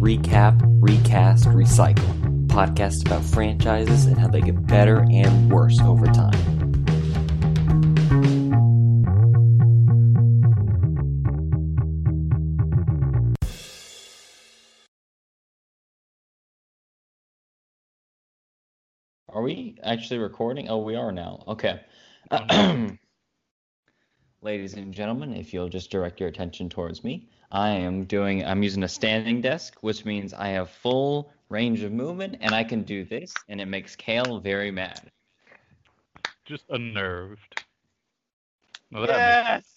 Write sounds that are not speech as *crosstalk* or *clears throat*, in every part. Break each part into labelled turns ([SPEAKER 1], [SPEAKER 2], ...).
[SPEAKER 1] Recap, Recast, Recycle, podcast about franchises and how they get better and worse over time.
[SPEAKER 2] Are we actually recording? Oh, we are now. Okay. Ladies and gentlemen, if you'll just direct your attention towards me, I am doing, I'm using a standing desk, which means I have full range of movement and I can do this, and it makes Kale very mad.
[SPEAKER 3] just unnerved. Now that
[SPEAKER 4] Yes.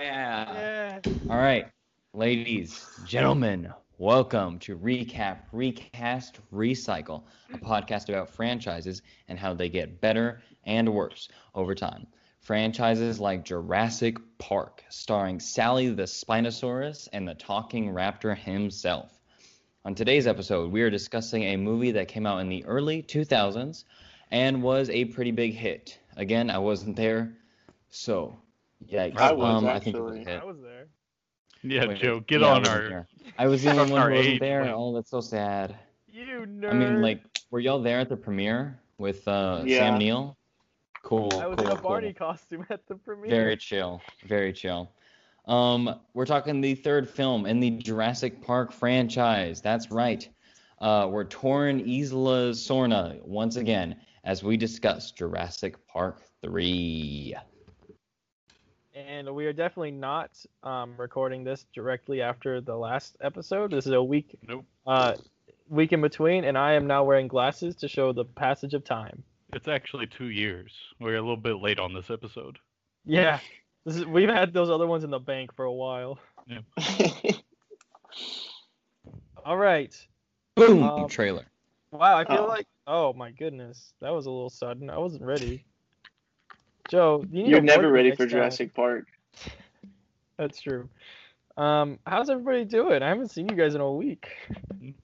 [SPEAKER 2] Yeah.
[SPEAKER 4] Yes.
[SPEAKER 2] All right. Ladies, gentlemen, welcome to Recap, Recast, Recycle, a podcast about franchises and how they get better and worse over time. Franchises like Jurassic Park, starring Sally the Spinosaurus and the Talking Raptor himself. On today's episode, we are discussing a movie that came out in the early 2000s and was a pretty big hit. Again, I wasn't there, so yikes. Um,
[SPEAKER 4] I was,
[SPEAKER 2] it was a
[SPEAKER 4] actually.
[SPEAKER 2] hit.
[SPEAKER 4] I was there.
[SPEAKER 3] makes- yeah,
[SPEAKER 2] Wait,
[SPEAKER 3] Joe, get
[SPEAKER 2] yeah, I
[SPEAKER 3] on
[SPEAKER 2] wasn't
[SPEAKER 3] our.
[SPEAKER 2] there. I was the
[SPEAKER 3] get
[SPEAKER 2] only
[SPEAKER 3] *laughs* on
[SPEAKER 2] one
[SPEAKER 3] our
[SPEAKER 2] who wasn't
[SPEAKER 3] aid
[SPEAKER 2] there.
[SPEAKER 3] plan.
[SPEAKER 2] Oh, that's so sad.
[SPEAKER 4] You nerd.
[SPEAKER 2] I mean, like, were y'all there at the premiere with uh,
[SPEAKER 4] Yeah.
[SPEAKER 2] Sam Neill? Cool.
[SPEAKER 4] I was
[SPEAKER 2] cool,
[SPEAKER 4] in a
[SPEAKER 2] cool.
[SPEAKER 4] Barney costume at the premiere.
[SPEAKER 2] Very chill. Very chill. Um, we're talking the third film in the Jurassic Park franchise. That's right. Uh, we're touring Isla Sorna once again as we discuss Jurassic Park 3.
[SPEAKER 4] And we are definitely not um, recording this directly after the last episode. This is a week
[SPEAKER 3] Nope.
[SPEAKER 4] uh, week in between, and I am now wearing glasses to show the passage of time.
[SPEAKER 3] It's actually two years. We're a little bit late on this episode.
[SPEAKER 4] Yeah. This is, we've had those other ones in the bank for a while. All right.
[SPEAKER 2] Boom!
[SPEAKER 4] Um,
[SPEAKER 2] trailer.
[SPEAKER 4] Wow, I feel
[SPEAKER 5] Oh.
[SPEAKER 4] like oh my goodness, that was a little sudden. I wasn't ready. Joe, you need
[SPEAKER 5] You're
[SPEAKER 4] to
[SPEAKER 5] never
[SPEAKER 4] work
[SPEAKER 5] ready
[SPEAKER 4] next
[SPEAKER 5] for
[SPEAKER 4] time.
[SPEAKER 5] Jurassic Park.
[SPEAKER 4] That's true. Um, how's everybody doing? I haven't seen you guys in a week. *laughs*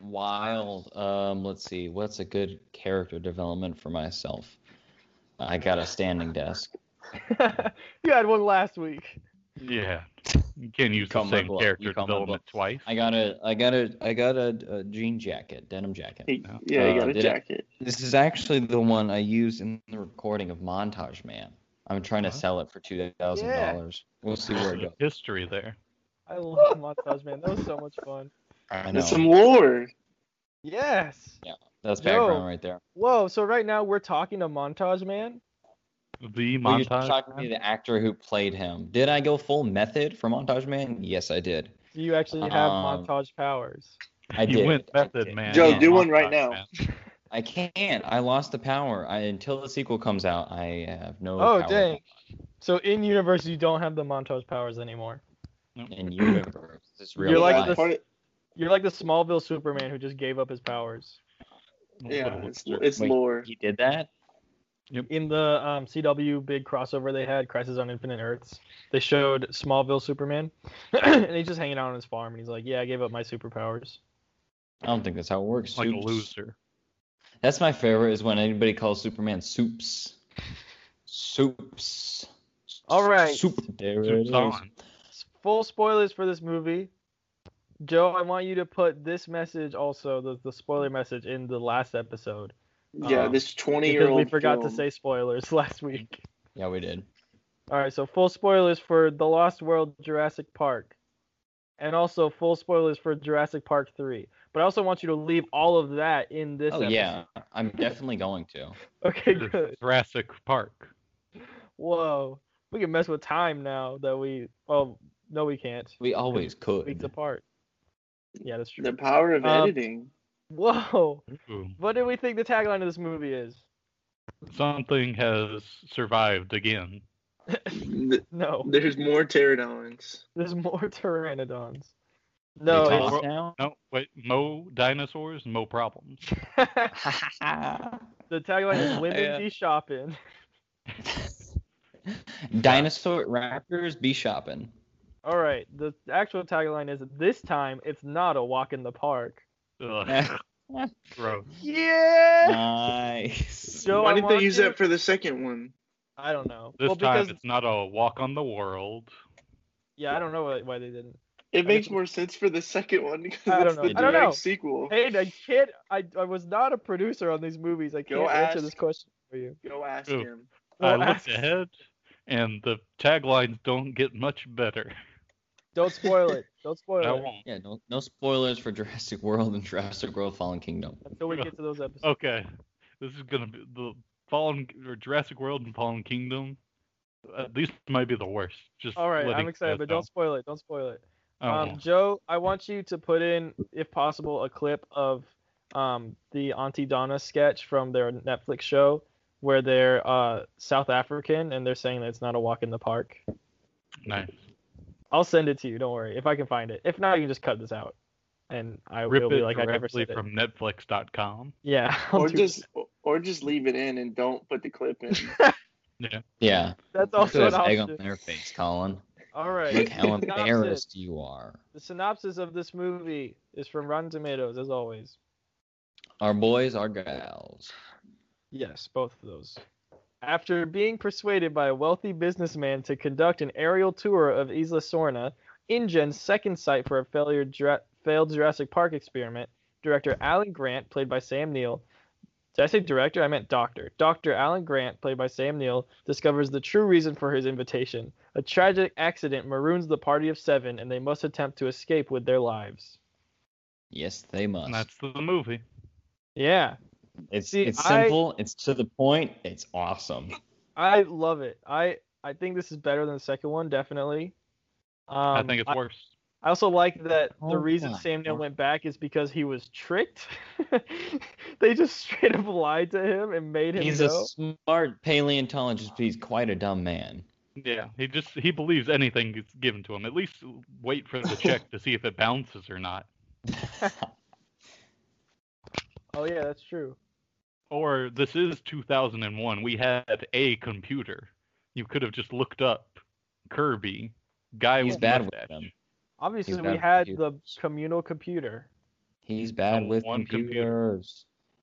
[SPEAKER 2] Wild. Um, let's see. What's a good character development for myself? I got a standing desk.
[SPEAKER 4] you had one last week.
[SPEAKER 5] Mm.
[SPEAKER 3] Yeah. You can't use
[SPEAKER 2] caught
[SPEAKER 3] the
[SPEAKER 2] my
[SPEAKER 3] same
[SPEAKER 2] bluff.
[SPEAKER 3] character
[SPEAKER 2] You caught my
[SPEAKER 3] development twice.
[SPEAKER 2] I got a. I got a. I got a, a jean jacket, denim jacket.
[SPEAKER 5] He- yeah,
[SPEAKER 2] Uh,
[SPEAKER 5] you got a
[SPEAKER 2] did it-
[SPEAKER 5] jacket.
[SPEAKER 2] This is actually the one I used in the recording of Montage Man. I'm trying to
[SPEAKER 3] Huh?
[SPEAKER 2] sell it for two thousand dollars. We'll see where it
[SPEAKER 3] There's
[SPEAKER 2] goes.
[SPEAKER 3] history there.
[SPEAKER 4] I love *laughs* montage man. That was so much fun.
[SPEAKER 2] I know.
[SPEAKER 5] That's some lore.
[SPEAKER 4] Yes.
[SPEAKER 2] That's
[SPEAKER 4] Joe,
[SPEAKER 2] background right there.
[SPEAKER 4] Whoa. So right now we're talking to montage man.
[SPEAKER 3] The
[SPEAKER 2] Well, you
[SPEAKER 3] montage.
[SPEAKER 2] talked to me, the actor who played him. Did I go full method for Montage Man? Yes, I did.
[SPEAKER 4] Do you actually have
[SPEAKER 2] Um,
[SPEAKER 4] montage powers?
[SPEAKER 2] I
[SPEAKER 3] You
[SPEAKER 2] did.
[SPEAKER 3] went
[SPEAKER 2] I
[SPEAKER 3] method,
[SPEAKER 2] did.
[SPEAKER 3] man.
[SPEAKER 5] Joe,
[SPEAKER 2] Yeah.
[SPEAKER 5] do one right
[SPEAKER 3] Montage
[SPEAKER 5] now.
[SPEAKER 3] Man.
[SPEAKER 2] I can't. I lost the power. I until the sequel comes out, I have no.
[SPEAKER 4] Oh
[SPEAKER 2] power
[SPEAKER 4] dang. So in universe you don't have the montage powers anymore.
[SPEAKER 2] In universe, it's real
[SPEAKER 4] You're like
[SPEAKER 2] life.
[SPEAKER 4] the-
[SPEAKER 5] Part of-
[SPEAKER 4] You're like the Smallville Superman who just gave up his powers
[SPEAKER 5] yeah, it's,
[SPEAKER 3] Wait,
[SPEAKER 5] it's
[SPEAKER 2] Wait.
[SPEAKER 5] lore.
[SPEAKER 2] He did that.
[SPEAKER 4] in the um, CW big crossover they had, Crisis on Infinite Earths. They showed Smallville Superman, *clears throat* and he's just hanging out on his farm, and he's like, "Yeah, I gave up my superpowers."
[SPEAKER 2] I don't think that's how it works.
[SPEAKER 3] Like a
[SPEAKER 2] Soups.
[SPEAKER 3] loser.
[SPEAKER 2] That's my favorite is when anybody calls Superman soups. Soups.
[SPEAKER 4] All right.
[SPEAKER 2] Soup. There it
[SPEAKER 3] Soup's
[SPEAKER 2] is. *laughs*
[SPEAKER 3] on.
[SPEAKER 4] S- Full spoilers for this movie. Joe, I want you to put this message also the, the spoiler message in the last episode
[SPEAKER 5] Yeah,
[SPEAKER 2] uh,
[SPEAKER 4] Um,
[SPEAKER 5] this 20 year
[SPEAKER 4] because
[SPEAKER 5] old.
[SPEAKER 4] we forgot to say spoilers *laughs* last week.
[SPEAKER 2] Yeah, we did.
[SPEAKER 4] All right, so full spoilers for The Lost World Jurassic Park. And also full spoilers for Jurassic Park 3. But I also want you to leave all of that in this
[SPEAKER 2] Oh
[SPEAKER 4] episode.
[SPEAKER 2] yeah, I'm definitely going to.
[SPEAKER 4] *laughs* Okay,
[SPEAKER 2] *laughs*
[SPEAKER 4] good.
[SPEAKER 3] Jurassic Park.
[SPEAKER 4] Whoa. We can mess with time now that we well no we can't.
[SPEAKER 2] We always
[SPEAKER 4] Weeks
[SPEAKER 2] could.
[SPEAKER 4] apart. Yeah, that's true.
[SPEAKER 5] The power of
[SPEAKER 4] Um,
[SPEAKER 5] editing.
[SPEAKER 4] Whoa.
[SPEAKER 3] Ooh.
[SPEAKER 4] What do we think the tagline of this movie is?
[SPEAKER 3] Something has survived again.
[SPEAKER 5] Th-
[SPEAKER 4] No.
[SPEAKER 5] There's more pterodons.
[SPEAKER 4] There's more *laughs* pteranodons.
[SPEAKER 2] They
[SPEAKER 4] No,
[SPEAKER 2] toss
[SPEAKER 4] it's-
[SPEAKER 2] now.
[SPEAKER 3] No, wait. Mo dinosaurs, mo problems.
[SPEAKER 4] *laughs* the tagline is women
[SPEAKER 2] Yeah.
[SPEAKER 4] be shopping.
[SPEAKER 2] *laughs*
[SPEAKER 4] *laughs*
[SPEAKER 2] Dinosaur raptors be
[SPEAKER 4] *laughs*
[SPEAKER 2] shopping.
[SPEAKER 4] All right. The actual tagline is this time it's not a walk in the park.
[SPEAKER 5] *laughs*
[SPEAKER 3] Ugh, gross.
[SPEAKER 4] Yeah.
[SPEAKER 2] nice.
[SPEAKER 4] Joe,
[SPEAKER 5] Why
[SPEAKER 4] I
[SPEAKER 5] didn't
[SPEAKER 4] want
[SPEAKER 5] they use
[SPEAKER 4] you-
[SPEAKER 5] that for the second one?
[SPEAKER 4] I don't know.
[SPEAKER 3] This
[SPEAKER 4] well,
[SPEAKER 3] time
[SPEAKER 4] because
[SPEAKER 3] it's not a walk on the world.
[SPEAKER 4] yeah, I don't know why, why they didn't.
[SPEAKER 5] It makes more sense for the second one *laughs* because
[SPEAKER 4] I don't
[SPEAKER 5] it's
[SPEAKER 4] know.
[SPEAKER 5] the
[SPEAKER 2] I don't
[SPEAKER 5] direct
[SPEAKER 4] know.
[SPEAKER 5] sequel.
[SPEAKER 4] Hey, I can't. I, I was not a producer on these movies. I
[SPEAKER 5] Go
[SPEAKER 4] can't answer
[SPEAKER 5] ask-
[SPEAKER 4] this question for you.
[SPEAKER 5] Go ask
[SPEAKER 3] Ooh.
[SPEAKER 5] him.
[SPEAKER 3] I
[SPEAKER 4] Well, *laughs*
[SPEAKER 3] looked
[SPEAKER 4] ask-
[SPEAKER 3] ahead, and the taglines don't get much better.
[SPEAKER 4] Don't spoil it. Don't spoil
[SPEAKER 3] I
[SPEAKER 4] it
[SPEAKER 3] won't.
[SPEAKER 2] Yeah, no, no spoilers for Jurassic World and Jurassic World Fallen Kingdom.
[SPEAKER 4] until we get to those episodes.
[SPEAKER 3] Okay, this is gonna be the Fallen or Jurassic World and Fallen Kingdom. Uh, these might be the worst. Just
[SPEAKER 4] All right,
[SPEAKER 3] letting
[SPEAKER 4] I'm
[SPEAKER 3] you
[SPEAKER 4] excited,
[SPEAKER 3] guys
[SPEAKER 4] but don't
[SPEAKER 3] know.
[SPEAKER 4] spoil it. Don't spoil it.
[SPEAKER 3] I
[SPEAKER 4] Um,
[SPEAKER 3] won't.
[SPEAKER 4] Joe, I want you to put in, if possible, a clip of um, the Auntie Donna sketch from their Netflix show where they're uh, South African and they're saying that it's not a walk in the park.
[SPEAKER 3] nice.
[SPEAKER 4] I'll send it to you. Don't worry. If I can find it. If not, you can just cut this out, and I
[SPEAKER 3] Rip
[SPEAKER 4] will be
[SPEAKER 3] it
[SPEAKER 4] like I never
[SPEAKER 3] directly
[SPEAKER 4] said it.
[SPEAKER 3] from Netflix.com.
[SPEAKER 4] Yeah. *laughs* I'll
[SPEAKER 5] Or
[SPEAKER 4] do
[SPEAKER 5] just or just leave it in and don't put the clip in.
[SPEAKER 2] Yeah.
[SPEAKER 4] that. that's
[SPEAKER 2] Put
[SPEAKER 4] also an
[SPEAKER 2] an egg on
[SPEAKER 4] option.
[SPEAKER 2] their face, Colin.
[SPEAKER 4] All right.
[SPEAKER 2] Look how
[SPEAKER 4] *laughs* Synopsis.
[SPEAKER 2] embarrassed you are.
[SPEAKER 4] The synopsis of this movie is from Rotten Tomatoes, as always.
[SPEAKER 2] Our boys, our gals.
[SPEAKER 4] Yes, both of those. After being persuaded by a wealthy businessman to conduct an aerial tour of Isla Sorna, InGen's second site for a failure, Jura- failed Jurassic Park experiment, director Alan Grant, played by Sam Neill, did I say director? I meant doctor. Dr. Alan Grant, played by Sam Neill, discovers the true reason for his invitation. A tragic accident maroons the party of seven, and they must attempt to escape with their lives.
[SPEAKER 2] Yes, they must.
[SPEAKER 3] And that's the movie.
[SPEAKER 4] Yeah,
[SPEAKER 2] it's
[SPEAKER 4] see,
[SPEAKER 2] it's
[SPEAKER 4] I-
[SPEAKER 2] simple. It's to the point. It's awesome.
[SPEAKER 4] I love it. I I think this is better than the second one, definitely. Um,
[SPEAKER 3] I think it's
[SPEAKER 4] I,
[SPEAKER 3] worse.
[SPEAKER 4] I also like that
[SPEAKER 2] Oh
[SPEAKER 4] the reason
[SPEAKER 2] my
[SPEAKER 4] Sam Neill
[SPEAKER 2] God.
[SPEAKER 4] went back is because he was tricked. *laughs* they just straight up lied to him and made him
[SPEAKER 2] He's a
[SPEAKER 4] go.
[SPEAKER 2] smart paleontologist, but he's quite a dumb man.
[SPEAKER 3] Yeah, he just he believes anything gets given to him. At least wait
[SPEAKER 4] *laughs*
[SPEAKER 3] for the check to see if it bounces or not,
[SPEAKER 4] Oh yeah, that's true.
[SPEAKER 3] or this is 2001. We had a computer. You could have just looked up Kirby guy
[SPEAKER 2] He's
[SPEAKER 3] with
[SPEAKER 2] bad with
[SPEAKER 3] mustache.
[SPEAKER 2] them.
[SPEAKER 4] Obviously, we
[SPEAKER 2] bad at
[SPEAKER 4] had the
[SPEAKER 2] computers.
[SPEAKER 4] communal computer.
[SPEAKER 2] He's bad
[SPEAKER 3] On
[SPEAKER 2] with
[SPEAKER 3] one
[SPEAKER 2] computers.
[SPEAKER 3] computer.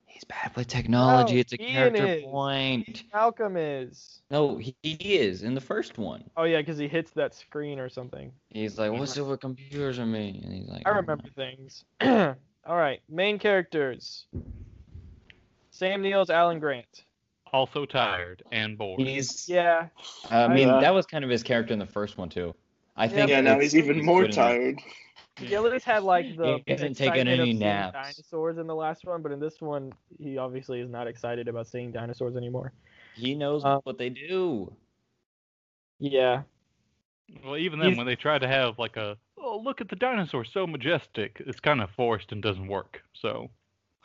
[SPEAKER 2] He's bad with technology.
[SPEAKER 4] No,
[SPEAKER 2] it's a
[SPEAKER 4] Ian
[SPEAKER 2] character
[SPEAKER 4] is.
[SPEAKER 2] point.
[SPEAKER 4] Malcolm is.
[SPEAKER 2] No, he, he is in the first one.
[SPEAKER 4] Oh yeah, because he hits that screen or something.
[SPEAKER 2] He's like, "What's up with computers and me?" And he's like,
[SPEAKER 4] I
[SPEAKER 2] "Oh,
[SPEAKER 4] remember things. *clears throat* All right, main characters. Sam Neill's Alan Grant.
[SPEAKER 3] Also tired and bored.
[SPEAKER 2] He's.
[SPEAKER 4] Yeah,
[SPEAKER 2] I mean,
[SPEAKER 5] I-
[SPEAKER 2] that was kind of his character in the first one too. I think.
[SPEAKER 5] yeah, now
[SPEAKER 2] it's-
[SPEAKER 5] he's even more
[SPEAKER 2] good in that.
[SPEAKER 5] tired.
[SPEAKER 4] Yeah, at least had like the
[SPEAKER 2] He hasn't taken
[SPEAKER 4] excitement of
[SPEAKER 2] any
[SPEAKER 4] seeing
[SPEAKER 2] naps.
[SPEAKER 4] Dinosaurs in the last one, but in this one, he obviously is not excited about seeing dinosaurs anymore.
[SPEAKER 2] He knows
[SPEAKER 4] Uh,
[SPEAKER 2] what they do.
[SPEAKER 4] Yeah,
[SPEAKER 3] Well, even then,
[SPEAKER 4] He's-
[SPEAKER 3] when they try to have like a oh look at the dinosaur, so majestic, it's kind of forced and doesn't work. So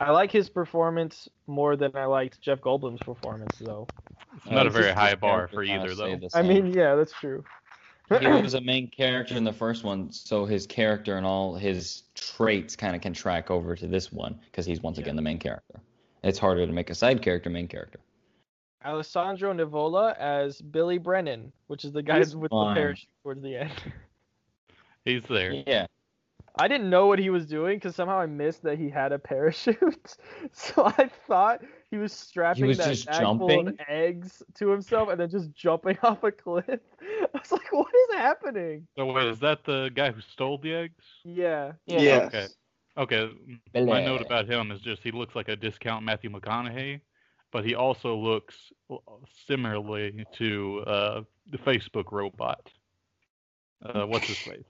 [SPEAKER 4] I like his performance more than I liked Jeff Goldblum's performance, though.
[SPEAKER 3] it's not a
[SPEAKER 2] Uh, just
[SPEAKER 3] very
[SPEAKER 2] his
[SPEAKER 3] high bar
[SPEAKER 2] character
[SPEAKER 3] for
[SPEAKER 2] kinda
[SPEAKER 3] either, though.
[SPEAKER 2] stayed the
[SPEAKER 4] I
[SPEAKER 2] same.
[SPEAKER 4] mean, yeah, that's true. *clears throat*
[SPEAKER 2] he was a main character in the first one, so his character and all his traits kind of can track over to this one because he's once
[SPEAKER 4] Yeah.
[SPEAKER 2] again the main character. It's harder to make a side character main character.
[SPEAKER 4] Alessandro Nivola as Billy Brennan, which is the guy
[SPEAKER 2] He's
[SPEAKER 4] with the
[SPEAKER 2] fine.
[SPEAKER 4] parachute towards the end. *laughs*
[SPEAKER 3] He's there.
[SPEAKER 2] Yeah,
[SPEAKER 4] I didn't know what he was doing because somehow I missed that he had a parachute. *laughs* so I thought he was strapping
[SPEAKER 2] was
[SPEAKER 4] that
[SPEAKER 2] just
[SPEAKER 4] bag full of
[SPEAKER 2] jumping?
[SPEAKER 4] eggs to himself and then just jumping *laughs* off a cliff. I was like, what is happening?
[SPEAKER 3] So wait, is that the guy who stole the eggs?
[SPEAKER 4] Yeah.
[SPEAKER 5] Yeah.
[SPEAKER 3] Okay. Okay. My note about him is just he looks like a discount Matthew McConaughey, but he also looks similarly to uh, the Facebook robot. Uh, what's his
[SPEAKER 4] *laughs*
[SPEAKER 3] face?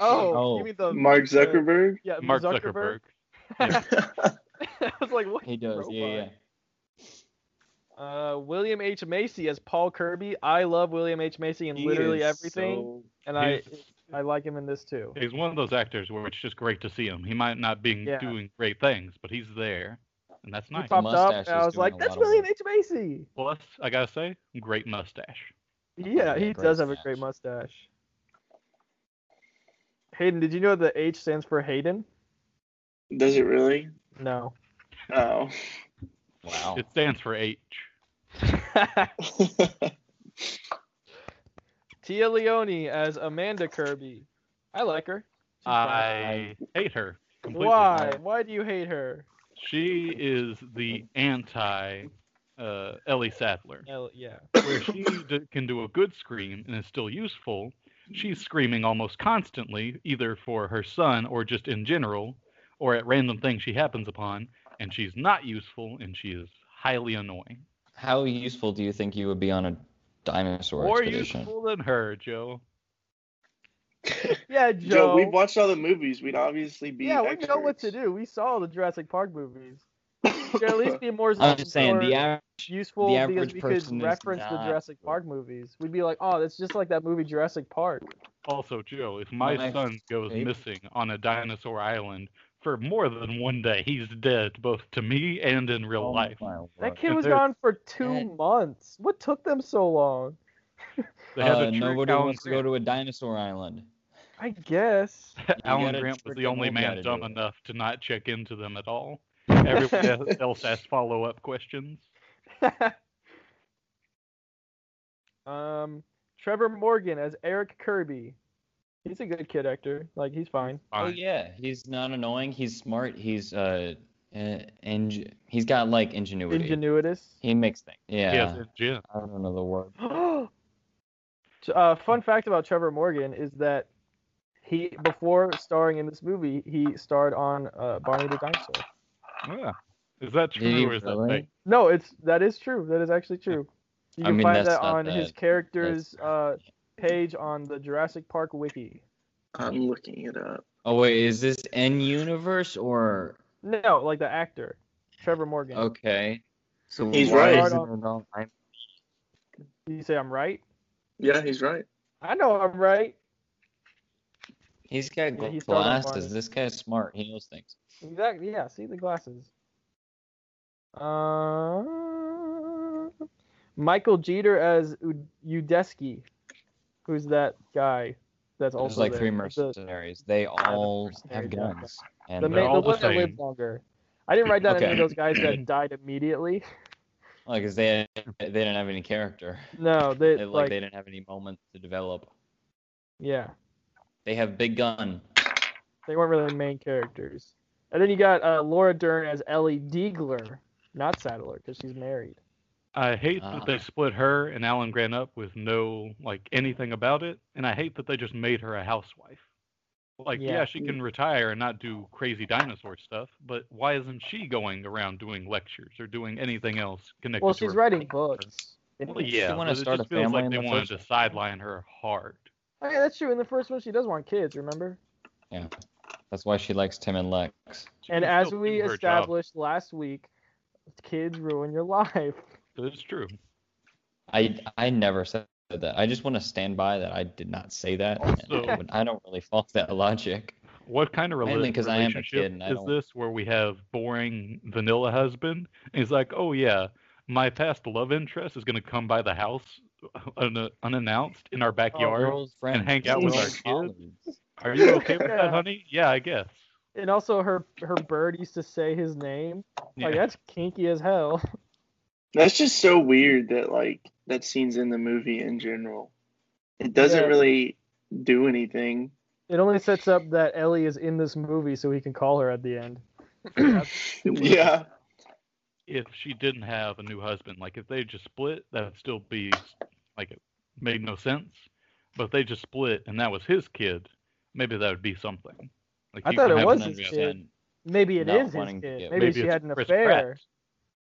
[SPEAKER 4] Oh,
[SPEAKER 2] Oh.
[SPEAKER 4] you mean the
[SPEAKER 5] Mark
[SPEAKER 4] the-
[SPEAKER 5] Zuckerberg.
[SPEAKER 4] yeah,
[SPEAKER 3] Mark
[SPEAKER 4] Zuckerberg.
[SPEAKER 3] Zuckerberg.
[SPEAKER 4] *laughs* I was like, what?
[SPEAKER 2] He does. Yeah, yeah.
[SPEAKER 4] Robot. Uh, William H Macy as Paul Kirby. I love William H Macy in
[SPEAKER 2] He
[SPEAKER 4] literally
[SPEAKER 2] is
[SPEAKER 4] everything,
[SPEAKER 2] so-
[SPEAKER 4] and I
[SPEAKER 3] He's-
[SPEAKER 4] I like him in this too.
[SPEAKER 3] He's one of those actors where it's just great to see him. He might not be
[SPEAKER 4] Yeah.
[SPEAKER 3] doing great things, but he's there, and that's
[SPEAKER 4] He
[SPEAKER 3] nice.
[SPEAKER 4] popped up,
[SPEAKER 2] Mustache
[SPEAKER 4] and
[SPEAKER 2] is
[SPEAKER 4] I was
[SPEAKER 2] doing
[SPEAKER 4] like,
[SPEAKER 2] a
[SPEAKER 4] that's
[SPEAKER 2] lot of
[SPEAKER 4] William
[SPEAKER 2] work.
[SPEAKER 4] H Macy.
[SPEAKER 3] Plus, I gotta say, great mustache.
[SPEAKER 4] Yeah,
[SPEAKER 2] Yeah,
[SPEAKER 4] he
[SPEAKER 2] great
[SPEAKER 4] does have a great mustache. Hayden, did you know the H stands for Hayden?
[SPEAKER 5] Does it really?
[SPEAKER 2] *laughs*
[SPEAKER 4] No. *laughs*
[SPEAKER 5] Oh.
[SPEAKER 2] Wow.
[SPEAKER 3] It stands for H.
[SPEAKER 4] Tia Leone as Amanda Kirby. I like her. She's fine.
[SPEAKER 3] I hate her completely.
[SPEAKER 4] Why? Why do you hate her?
[SPEAKER 3] She is the anti uh, Ellie Sattler.
[SPEAKER 4] Hell, yeah.
[SPEAKER 3] where she d- can do a good scream and is still useful, she's screaming almost constantly, either for her son or just in general, or at random things she happens upon, and she's not useful and she is highly annoying.
[SPEAKER 2] How useful do you think you would be on a dinosaur
[SPEAKER 3] More
[SPEAKER 2] expedition?
[SPEAKER 3] useful than her, Joe.
[SPEAKER 4] Yeah,
[SPEAKER 5] Joe,
[SPEAKER 4] Joe.
[SPEAKER 5] we've watched all the movies. We'd obviously be.
[SPEAKER 4] yeah, we
[SPEAKER 5] experts.
[SPEAKER 4] know what to do. We saw all the Jurassic Park movies. Should at least be more,
[SPEAKER 2] I'm just saying
[SPEAKER 4] more
[SPEAKER 2] the average.
[SPEAKER 4] useful
[SPEAKER 2] the average
[SPEAKER 4] because we
[SPEAKER 2] person
[SPEAKER 4] could
[SPEAKER 2] is
[SPEAKER 4] reference the
[SPEAKER 2] not-
[SPEAKER 4] Jurassic Park movies. We'd be like, oh, that's just like that movie Jurassic Park.
[SPEAKER 3] Also, Joe, if my,
[SPEAKER 2] My
[SPEAKER 3] son goes
[SPEAKER 2] favorite-
[SPEAKER 3] missing on a dinosaur island for more than one day, he's dead, both to me and in real
[SPEAKER 2] Oh my
[SPEAKER 3] life.
[SPEAKER 2] word.
[SPEAKER 4] That kid was
[SPEAKER 3] There's-
[SPEAKER 4] gone for two
[SPEAKER 2] That-
[SPEAKER 4] months. What took them so long?
[SPEAKER 3] They had
[SPEAKER 2] Uh,
[SPEAKER 3] a true
[SPEAKER 2] nobody
[SPEAKER 3] Alan
[SPEAKER 2] wants to
[SPEAKER 3] Grant.
[SPEAKER 2] go to a dinosaur island.
[SPEAKER 4] I guess.
[SPEAKER 3] Alan
[SPEAKER 2] gotta
[SPEAKER 3] Grant was the
[SPEAKER 2] freaking
[SPEAKER 3] only
[SPEAKER 2] old guy to
[SPEAKER 3] man
[SPEAKER 2] do
[SPEAKER 3] dumb
[SPEAKER 2] it.
[SPEAKER 3] enough to not check into them
[SPEAKER 2] *laughs*
[SPEAKER 3] at all. Everyone else asked follow up questions.
[SPEAKER 4] um, Trevor Morgan as Eric Kirby. He's a good kid actor. Like he's fine.
[SPEAKER 2] Oh
[SPEAKER 3] Fine.
[SPEAKER 2] yeah, he's not annoying. He's smart. He's uh, uh eng- he's got like ingenuity.
[SPEAKER 4] Ingenuitous. *gasps*
[SPEAKER 2] he makes things. Yeah.
[SPEAKER 3] Yes, it's Jim.
[SPEAKER 2] I don't know the word.
[SPEAKER 4] uh, fun fact about Trevor Morgan is that he, before starring in this movie, he starred on uh, Barney the Dinosaur.
[SPEAKER 3] Yeah. Is that
[SPEAKER 2] Did he
[SPEAKER 3] true or is
[SPEAKER 2] really?
[SPEAKER 3] that fake?
[SPEAKER 4] No, it's that is true. That is actually true. You
[SPEAKER 2] I
[SPEAKER 4] can
[SPEAKER 2] mean,
[SPEAKER 4] find
[SPEAKER 2] that's
[SPEAKER 4] that
[SPEAKER 2] not
[SPEAKER 4] on his
[SPEAKER 2] bad.
[SPEAKER 4] character's
[SPEAKER 2] That's-
[SPEAKER 4] uh, page on the Jurassic Park wiki.
[SPEAKER 5] I'm looking it up.
[SPEAKER 2] Oh wait, is this in universe or
[SPEAKER 4] No, like the actor, Trevor Morgan.
[SPEAKER 2] Oh. okay? So
[SPEAKER 5] He's
[SPEAKER 2] why
[SPEAKER 5] right.
[SPEAKER 2] isn't it on- I'm-
[SPEAKER 4] You say I'm right?
[SPEAKER 5] Yeah, he's right.
[SPEAKER 4] I know I'm right.
[SPEAKER 2] He's got
[SPEAKER 4] Yeah, he started on
[SPEAKER 2] glasses.
[SPEAKER 4] Barney.
[SPEAKER 2] This guy's smart. He knows things.
[SPEAKER 4] Exactly. Yeah. See the glasses. Uh, Michael Jeter as U- Udeski, who's that guy? That's
[SPEAKER 2] There's
[SPEAKER 4] also
[SPEAKER 2] like
[SPEAKER 4] there.
[SPEAKER 2] three
[SPEAKER 4] The,
[SPEAKER 2] mercenaries. They all have
[SPEAKER 4] mercenaries, yeah.
[SPEAKER 2] guns. And
[SPEAKER 4] the,
[SPEAKER 2] they're
[SPEAKER 4] ma-
[SPEAKER 2] all
[SPEAKER 4] the
[SPEAKER 3] all the
[SPEAKER 4] one that
[SPEAKER 3] same.
[SPEAKER 4] lived longer. I didn't write down any of
[SPEAKER 2] Okay.
[SPEAKER 4] those guys
[SPEAKER 2] *clears throat*
[SPEAKER 4] that died immediately.
[SPEAKER 2] like, 'cause they they didn't have any character.
[SPEAKER 4] No, they,
[SPEAKER 2] They, like,
[SPEAKER 4] like
[SPEAKER 2] they didn't have any moments to develop.
[SPEAKER 4] yeah,
[SPEAKER 2] They have big gun.
[SPEAKER 4] they weren't really the main characters. And then you got uh, Laura Dern as Ellie Diegler, not Sattler, because she's married.
[SPEAKER 3] I hate that they
[SPEAKER 2] Uh-huh.
[SPEAKER 3] split her and Alan Grant up with no like anything about it, and I hate that they just made her a housewife. Like,
[SPEAKER 4] Yeah.
[SPEAKER 3] yeah, she can retire and not do crazy dinosaur stuff, but why isn't she going around doing lectures or doing anything else connected?
[SPEAKER 4] Well,
[SPEAKER 3] to
[SPEAKER 4] she's
[SPEAKER 3] her
[SPEAKER 4] writing
[SPEAKER 3] character?
[SPEAKER 4] books.
[SPEAKER 3] Well, yeah,
[SPEAKER 2] wanna
[SPEAKER 3] but it
[SPEAKER 2] start
[SPEAKER 3] just
[SPEAKER 2] a
[SPEAKER 3] feels
[SPEAKER 2] family
[SPEAKER 3] like
[SPEAKER 2] in
[SPEAKER 3] they
[SPEAKER 2] the
[SPEAKER 3] wanted
[SPEAKER 2] first
[SPEAKER 3] to
[SPEAKER 2] place.
[SPEAKER 3] sideline her hard.
[SPEAKER 4] Oh yeah, that's true. In the first one, she does want kids. Remember?
[SPEAKER 2] Yeah, that's why she likes Tim and Lex.
[SPEAKER 3] She
[SPEAKER 4] And
[SPEAKER 3] can
[SPEAKER 4] as
[SPEAKER 3] still
[SPEAKER 4] we
[SPEAKER 3] do her job.
[SPEAKER 4] established last week, kids ruin your *laughs* life.
[SPEAKER 3] That's true.
[SPEAKER 2] I I never said that. I just want to stand by that I did not say that.
[SPEAKER 3] Also-
[SPEAKER 2] and I would- I don't really follow that logic.
[SPEAKER 3] What kind of rela-
[SPEAKER 2] Mainly 'cause I am a
[SPEAKER 3] relationship
[SPEAKER 2] kid and I
[SPEAKER 3] is
[SPEAKER 2] don't-
[SPEAKER 3] this where we have boring vanilla husband? And he's like, oh, yeah, my past love interest is going to come by the house un- unannounced in
[SPEAKER 4] Oh,
[SPEAKER 3] our backyard.
[SPEAKER 2] Girls, friends,
[SPEAKER 3] hang out
[SPEAKER 5] with our
[SPEAKER 2] girls,
[SPEAKER 3] kids?
[SPEAKER 2] colleagues.
[SPEAKER 3] Are you okay with
[SPEAKER 4] Yeah.
[SPEAKER 3] that, honey? Yeah, I guess.
[SPEAKER 4] And also, her her bird used to say his name. Like
[SPEAKER 3] Yeah.
[SPEAKER 4] that's kinky as hell. *laughs*
[SPEAKER 5] That's just so weird that like that scene's in the movie in general. It doesn't
[SPEAKER 4] Yeah.
[SPEAKER 5] really do anything.
[SPEAKER 4] It only sets up that Ellie is in this movie, so he can call her at the end. *clears throat*
[SPEAKER 5] *laughs* yeah.
[SPEAKER 3] If she didn't have a new husband, like if they just split, that would still be like it made no sense. But if they just split and that was his kid, maybe that would be something. Like
[SPEAKER 4] I
[SPEAKER 3] you
[SPEAKER 4] thought
[SPEAKER 3] can
[SPEAKER 4] it
[SPEAKER 3] have
[SPEAKER 4] was
[SPEAKER 3] an
[SPEAKER 4] his
[SPEAKER 3] unreal-
[SPEAKER 4] kid. Maybe it
[SPEAKER 2] Not
[SPEAKER 4] is his
[SPEAKER 2] wanting
[SPEAKER 4] kid.
[SPEAKER 2] to
[SPEAKER 4] Maybe,
[SPEAKER 2] get-
[SPEAKER 3] Maybe
[SPEAKER 4] she
[SPEAKER 3] it's
[SPEAKER 4] had an
[SPEAKER 3] Chris
[SPEAKER 4] affair.
[SPEAKER 3] Pratt.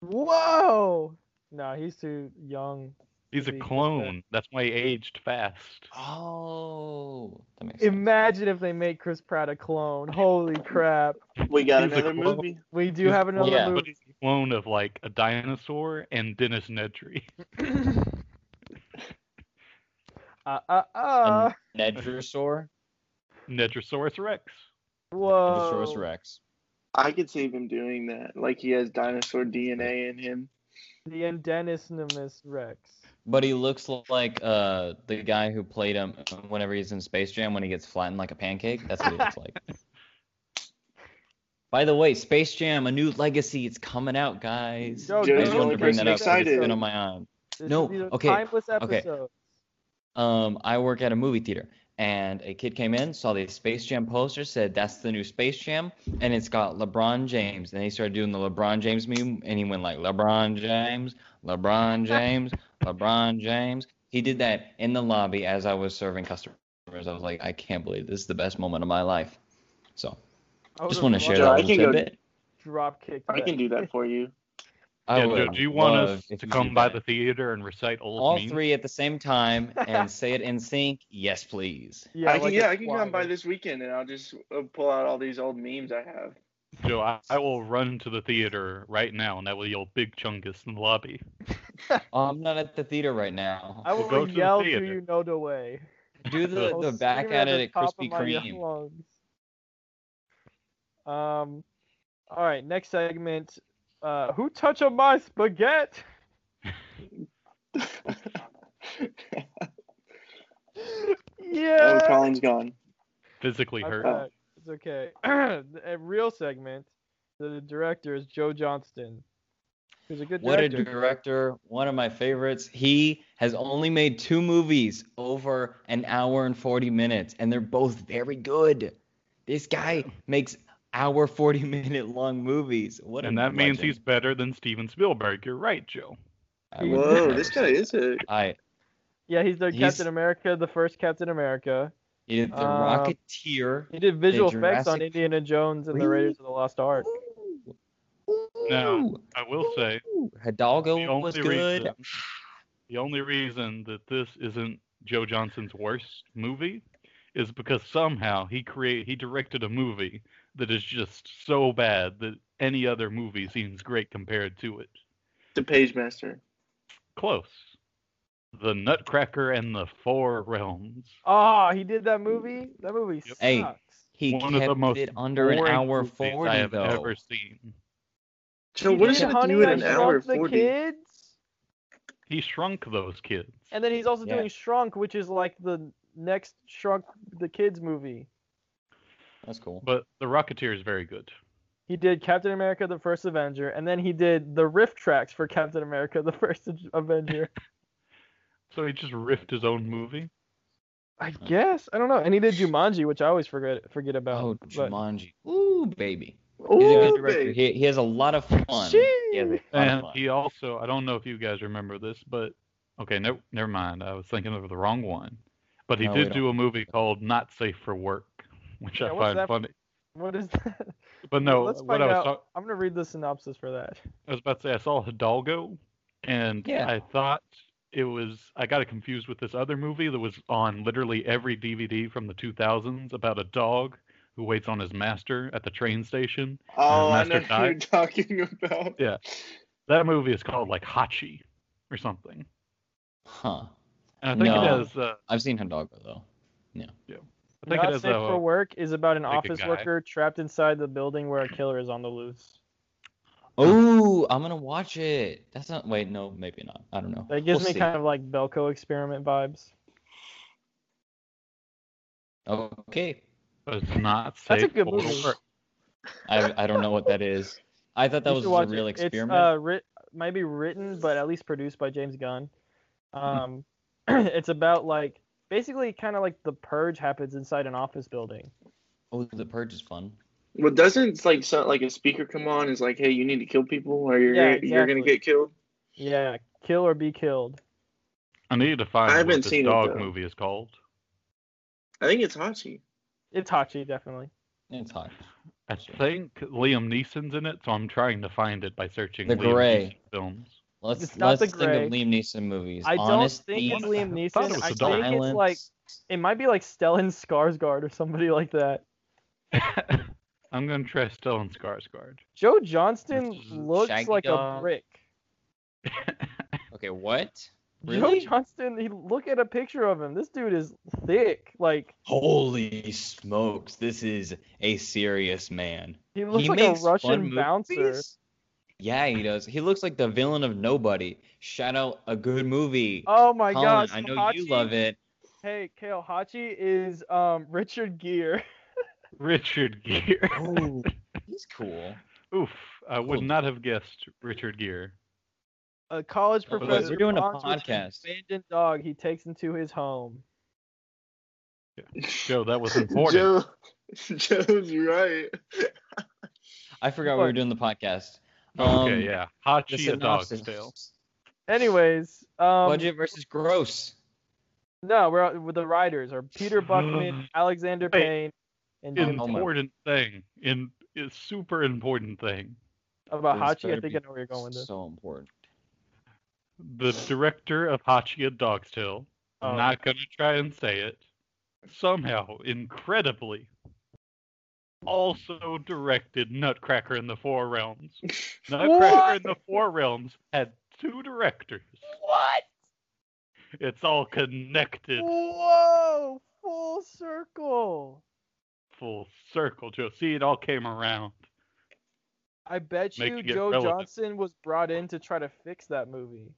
[SPEAKER 4] Whoa! No, he's too young.
[SPEAKER 3] He's a
[SPEAKER 4] Maybe he's
[SPEAKER 3] clone. That's why he aged fast.
[SPEAKER 2] Oh, that makes sense.
[SPEAKER 4] Imagine if they make Chris Pratt a clone. Holy crap!
[SPEAKER 5] We got
[SPEAKER 3] He's a
[SPEAKER 5] another
[SPEAKER 3] clone.
[SPEAKER 5] movie.
[SPEAKER 4] We do
[SPEAKER 3] He's-
[SPEAKER 4] have another
[SPEAKER 2] Yeah.
[SPEAKER 3] But
[SPEAKER 4] movie.
[SPEAKER 3] he's a clone of like a dinosaur and Dennis Nedry. *laughs*
[SPEAKER 4] Uh, uh, uh.
[SPEAKER 2] Nedrosaur,
[SPEAKER 3] Nedrosaurus Rex.
[SPEAKER 4] Whoa.
[SPEAKER 2] Nedrosaurus Rex.
[SPEAKER 5] I could see him doing that. Like he has dinosaur DNA in him.
[SPEAKER 4] The Endenisnimus Rex.
[SPEAKER 2] But he looks like uh the guy who played him whenever he's in Space Jam when he gets flattened like a pancake. That's what he looks like. By the way, Space Jam: A New Legacy, it's coming out, guys.
[SPEAKER 4] Yo,
[SPEAKER 2] I
[SPEAKER 5] Joe's
[SPEAKER 2] just
[SPEAKER 5] the
[SPEAKER 2] wanted
[SPEAKER 5] only
[SPEAKER 2] to bring
[SPEAKER 5] person
[SPEAKER 2] that up. 'cause It's
[SPEAKER 5] excited.
[SPEAKER 2] been on my mind.
[SPEAKER 4] This
[SPEAKER 2] No,
[SPEAKER 4] is- these are
[SPEAKER 2] okay,
[SPEAKER 4] Timeless
[SPEAKER 2] okay.
[SPEAKER 4] episode.
[SPEAKER 2] Um, I work at a movie theater, and a kid came in, saw the Space Jam poster, said that's the new Space Jam, and it's got LeBron James. And he started doing the LeBron James meme, and he went like LeBron James, LeBron James, LeBron James. He did that in the lobby as I was serving customers. customers. I was like, I can't believe this is the best moment of my life. So
[SPEAKER 4] I
[SPEAKER 2] just
[SPEAKER 4] would've
[SPEAKER 2] want to
[SPEAKER 4] loved
[SPEAKER 2] share
[SPEAKER 5] Joe,
[SPEAKER 2] that
[SPEAKER 5] I
[SPEAKER 2] little
[SPEAKER 5] can go-
[SPEAKER 2] tidbit.
[SPEAKER 4] Drop kick.
[SPEAKER 5] I can do that for you.
[SPEAKER 2] I
[SPEAKER 3] yeah,
[SPEAKER 2] would
[SPEAKER 3] Joe, do you want
[SPEAKER 2] love
[SPEAKER 3] us
[SPEAKER 2] if
[SPEAKER 3] to
[SPEAKER 2] you
[SPEAKER 3] come
[SPEAKER 2] do
[SPEAKER 3] by
[SPEAKER 2] that.
[SPEAKER 3] the theater and recite old
[SPEAKER 2] all
[SPEAKER 3] memes?
[SPEAKER 2] three at the same time and say it in sync? Yes, please.
[SPEAKER 4] Yeah,
[SPEAKER 5] I can,
[SPEAKER 4] like
[SPEAKER 5] yeah,
[SPEAKER 4] a
[SPEAKER 5] I can come by
[SPEAKER 4] fly.
[SPEAKER 5] this weekend and I'll just uh, pull out all these old memes I
[SPEAKER 4] *laughs*
[SPEAKER 5] have.
[SPEAKER 3] Joe, I, I will run to the theater right now, and that will yell "Big Chungus" in the lobby.
[SPEAKER 2] Oh, I'm not at the theater right now.
[SPEAKER 4] I will
[SPEAKER 3] go to the
[SPEAKER 4] yell
[SPEAKER 3] theater.
[SPEAKER 4] through you, no the way.
[SPEAKER 2] Do the,
[SPEAKER 4] I'll
[SPEAKER 2] the back
[SPEAKER 4] scream
[SPEAKER 2] at
[SPEAKER 4] the
[SPEAKER 2] it at
[SPEAKER 4] top of
[SPEAKER 2] Krispy
[SPEAKER 4] my young
[SPEAKER 2] Kreme.
[SPEAKER 4] lungs. Um, all right, next segment. Uh, who touch on my spaghetti?
[SPEAKER 5] Oh,
[SPEAKER 4] yeah.
[SPEAKER 5] Oh, Colin's gone.
[SPEAKER 3] Physically
[SPEAKER 4] I'm
[SPEAKER 3] hurt.
[SPEAKER 5] Uh,
[SPEAKER 4] back. It's okay. *clears throat* a real segment. The director is Joe Johnston, who's a good
[SPEAKER 2] What a
[SPEAKER 4] director.
[SPEAKER 2] director. One of my favorites. He has only made two movies over an hour and 40 minutes, and they're both very good. This guy makes hour 40 minute long movies. What
[SPEAKER 3] and
[SPEAKER 2] a
[SPEAKER 3] that means
[SPEAKER 2] legend.
[SPEAKER 3] he's better than Steven Spielberg. You're right, Joe.
[SPEAKER 2] I would
[SPEAKER 5] Whoa,
[SPEAKER 2] never
[SPEAKER 5] *laughs* this
[SPEAKER 2] say
[SPEAKER 5] guy
[SPEAKER 2] that.
[SPEAKER 5] is a.
[SPEAKER 2] I
[SPEAKER 4] yeah, he's the
[SPEAKER 2] He's-
[SPEAKER 4] Captain America, the first Captain America.
[SPEAKER 2] he did the
[SPEAKER 4] Uh,
[SPEAKER 2] Rocketeer.
[SPEAKER 4] He did visual effects on
[SPEAKER 2] Jurassic
[SPEAKER 4] Indiana Jones and the
[SPEAKER 2] Really?
[SPEAKER 4] Raiders of the Lost Ark.
[SPEAKER 2] Ooh.
[SPEAKER 3] Now,
[SPEAKER 2] Ooh.
[SPEAKER 3] I will say
[SPEAKER 2] Ooh,
[SPEAKER 3] The
[SPEAKER 2] Hidalgo
[SPEAKER 3] only
[SPEAKER 2] was good.
[SPEAKER 3] reason- the only reason that this isn't Joe Johnson's worst movie is because somehow he create he directed a movie that is just so bad that any other movie seems great compared to it.
[SPEAKER 5] The Page Master.
[SPEAKER 3] Close. The Nutcracker and the Four Realms.
[SPEAKER 4] Ah, he did that movie. That movie sucks.
[SPEAKER 2] Hey. He
[SPEAKER 3] One of
[SPEAKER 2] kept
[SPEAKER 3] the most
[SPEAKER 2] it under an
[SPEAKER 3] boring
[SPEAKER 2] hour
[SPEAKER 3] movies
[SPEAKER 2] forty
[SPEAKER 3] I have
[SPEAKER 2] though.
[SPEAKER 3] ever seen.
[SPEAKER 5] So
[SPEAKER 4] He
[SPEAKER 5] what
[SPEAKER 4] did
[SPEAKER 5] is it to
[SPEAKER 4] Honey,
[SPEAKER 5] do in
[SPEAKER 4] I
[SPEAKER 5] an hour
[SPEAKER 4] Shrunk the
[SPEAKER 5] forty?
[SPEAKER 4] Kids,
[SPEAKER 3] He shrunk those kids.
[SPEAKER 4] and then he's also
[SPEAKER 2] Yeah.
[SPEAKER 4] doing Shrunk, which is like the next Shrunk the Kids movie.
[SPEAKER 2] That's cool.
[SPEAKER 3] But The Rocketeer is very good.
[SPEAKER 4] He did Captain America: The First Avenger, and then he did the riff tracks for Captain America: The First Avenger.
[SPEAKER 3] So he just riffed his own movie.
[SPEAKER 4] I guess I don't know. And he did Jumanji, which I always forget forget
[SPEAKER 3] uh,
[SPEAKER 4] about.
[SPEAKER 2] Oh,
[SPEAKER 4] but-
[SPEAKER 2] Jumanji. Ooh, baby. He's a good
[SPEAKER 5] Ooh,
[SPEAKER 2] director.
[SPEAKER 5] babe.
[SPEAKER 2] He, he has a lot of fun. He has a lot of
[SPEAKER 3] And
[SPEAKER 2] fun.
[SPEAKER 3] he also, I don't know if you guys remember this, but okay, no, never mind. I was thinking of the wrong one. But he
[SPEAKER 2] No, we
[SPEAKER 3] did do a movie called Not Safe for Work, *laughs* which
[SPEAKER 4] Yeah,
[SPEAKER 3] I
[SPEAKER 4] what's
[SPEAKER 3] find
[SPEAKER 4] that?
[SPEAKER 3] funny.
[SPEAKER 4] What is that? *laughs*
[SPEAKER 3] But no,
[SPEAKER 4] Let's
[SPEAKER 3] what
[SPEAKER 4] find
[SPEAKER 3] I was,
[SPEAKER 4] out.
[SPEAKER 3] talk-
[SPEAKER 4] I'm gonna read the synopsis for that.
[SPEAKER 3] I was about to say, I saw Hidalgo, and
[SPEAKER 2] Yeah.
[SPEAKER 3] I thought it was, I got it confused with this other movie that was on literally every DVD from the 2000s about a dog who waits on his master at the train station.
[SPEAKER 5] Oh, I know
[SPEAKER 3] Master
[SPEAKER 5] what you're talking *laughs* about.
[SPEAKER 3] Yeah. That movie is called like Hachi or something.
[SPEAKER 2] Huh.
[SPEAKER 3] And I think
[SPEAKER 2] No.
[SPEAKER 3] it has, uh,
[SPEAKER 2] I've seen Hidalgo though.
[SPEAKER 3] I think
[SPEAKER 4] Not
[SPEAKER 3] it has uh,
[SPEAKER 4] safe
[SPEAKER 3] a,
[SPEAKER 4] for work is about an
[SPEAKER 3] like a
[SPEAKER 4] office
[SPEAKER 3] guy.
[SPEAKER 4] worker trapped inside the building where a killer is on the loose.
[SPEAKER 2] Ooh, I'm gonna watch it. That's not. Wait, no, maybe not. I don't know.
[SPEAKER 4] That gives
[SPEAKER 2] We'll
[SPEAKER 4] me
[SPEAKER 2] see.
[SPEAKER 4] kind of like Belko experiment vibes.
[SPEAKER 2] Okay.
[SPEAKER 3] but it's not safe
[SPEAKER 4] That's a good
[SPEAKER 3] for
[SPEAKER 4] movie.
[SPEAKER 3] work.
[SPEAKER 2] I I don't know what that is. I thought that
[SPEAKER 4] You
[SPEAKER 2] was
[SPEAKER 4] should
[SPEAKER 2] a
[SPEAKER 4] watch
[SPEAKER 2] real
[SPEAKER 4] it.
[SPEAKER 2] experiment.
[SPEAKER 4] It's uh, writ- might be written, but at least produced by James Gunn. Um, *clears throat* it's about like basically kind of like the purge happens inside an office building.
[SPEAKER 2] oh, The Purge is fun.
[SPEAKER 5] Well, doesn't like so, like a speaker come on? Is like, hey, you need to kill people, or you're
[SPEAKER 4] Yeah,
[SPEAKER 5] you're gonna
[SPEAKER 4] exactly.
[SPEAKER 5] get killed.
[SPEAKER 4] Yeah, kill or be killed.
[SPEAKER 3] I need to find
[SPEAKER 5] I
[SPEAKER 3] what
[SPEAKER 5] haven't
[SPEAKER 3] this
[SPEAKER 5] seen it,
[SPEAKER 3] dog
[SPEAKER 5] though.
[SPEAKER 3] movie is called.
[SPEAKER 5] I think it's Hachi.
[SPEAKER 4] It's Hachi definitely.
[SPEAKER 2] It's hot.
[SPEAKER 3] I
[SPEAKER 2] Sure.
[SPEAKER 3] think Liam Neeson's in it, so I'm trying to find it by searching
[SPEAKER 2] The
[SPEAKER 3] Liam
[SPEAKER 2] Gray.
[SPEAKER 3] Neeson films. *laughs*
[SPEAKER 2] Let's
[SPEAKER 4] It's not
[SPEAKER 2] let's
[SPEAKER 4] The
[SPEAKER 2] think
[SPEAKER 4] Gray.
[SPEAKER 2] of Liam Neeson movies.
[SPEAKER 4] I don't
[SPEAKER 2] Honest
[SPEAKER 4] think it's
[SPEAKER 2] Thief,
[SPEAKER 4] Liam
[SPEAKER 3] I thought it
[SPEAKER 4] Neeson.
[SPEAKER 3] was
[SPEAKER 4] I
[SPEAKER 3] a
[SPEAKER 4] think
[SPEAKER 3] dog.
[SPEAKER 4] it's like
[SPEAKER 2] Silence.
[SPEAKER 4] it might be like Stellan Skarsgård or somebody *laughs* like that.
[SPEAKER 3] I'm gonna try Stellan Skarsgård.
[SPEAKER 4] Joe Johnston
[SPEAKER 3] It's
[SPEAKER 4] looks
[SPEAKER 2] Shaggy
[SPEAKER 4] like a
[SPEAKER 2] Dog.
[SPEAKER 4] brick.
[SPEAKER 2] Okay, what?
[SPEAKER 4] Joe
[SPEAKER 2] Really?
[SPEAKER 4] Johnston, he, look at a picture of him. This dude is thick. Like
[SPEAKER 2] Holy smokes! This is a serious man.
[SPEAKER 4] he looks
[SPEAKER 2] he
[SPEAKER 4] like a
[SPEAKER 2] makes
[SPEAKER 4] Russian
[SPEAKER 2] fun
[SPEAKER 4] bouncer.
[SPEAKER 2] movies? Yeah, he does. He looks like the villain of Nobody. Shout out a good movie.
[SPEAKER 4] Oh my
[SPEAKER 2] Colin,
[SPEAKER 4] gosh,
[SPEAKER 2] I know you
[SPEAKER 4] Hachi-
[SPEAKER 2] love it.
[SPEAKER 4] Hey, Kale, Hachi is um Richard Gere.
[SPEAKER 3] Richard Gere. *laughs*
[SPEAKER 2] Oh, *laughs* he's cool.
[SPEAKER 3] Oof, I would
[SPEAKER 2] Cool.
[SPEAKER 3] not have guessed Richard Gere.
[SPEAKER 4] A college
[SPEAKER 2] But look,
[SPEAKER 4] professor.
[SPEAKER 2] we're doing a
[SPEAKER 4] bonds with an
[SPEAKER 2] podcast.
[SPEAKER 4] Abandoned dog he takes into his home.
[SPEAKER 3] Joe, that was important.
[SPEAKER 5] Joe, *laughs* Joe's right.
[SPEAKER 2] I forgot we were
[SPEAKER 4] But-
[SPEAKER 2] doing the podcast.
[SPEAKER 3] Oh, okay,
[SPEAKER 2] Um,
[SPEAKER 3] yeah,
[SPEAKER 2] The
[SPEAKER 3] Hachi a dog
[SPEAKER 2] synopsis.
[SPEAKER 3] tale.
[SPEAKER 4] Anyways, um,
[SPEAKER 2] Budget versus gross.
[SPEAKER 4] No, we're with the writers are
[SPEAKER 2] *gasps*
[SPEAKER 4] Peter Buckman, Alexander
[SPEAKER 3] Wait.
[SPEAKER 4] Payne, and Jim
[SPEAKER 2] Oh,
[SPEAKER 4] Taylor.
[SPEAKER 2] my.
[SPEAKER 3] important thing. In it's super important thing.
[SPEAKER 4] about
[SPEAKER 2] This
[SPEAKER 4] Hachi. I
[SPEAKER 2] better
[SPEAKER 4] think
[SPEAKER 2] be
[SPEAKER 4] I know where you're going with this.
[SPEAKER 2] so important.
[SPEAKER 3] The director of Hachiya Dog's Tale. I'm
[SPEAKER 4] Oh.
[SPEAKER 3] not gonna try and say it. Somehow, incredibly, also directed Nutcracker in the Four Realms.
[SPEAKER 4] *laughs*
[SPEAKER 3] Nutcracker in the Four Realms had two directors.
[SPEAKER 4] What?
[SPEAKER 3] It's all connected,
[SPEAKER 4] Whoa! Full circle.
[SPEAKER 3] full circle, Joe. See, it all came around.
[SPEAKER 4] I bet
[SPEAKER 3] Make
[SPEAKER 4] you
[SPEAKER 3] it get
[SPEAKER 4] Joe
[SPEAKER 3] relevant.
[SPEAKER 4] Johnson was brought in to try to fix that movie.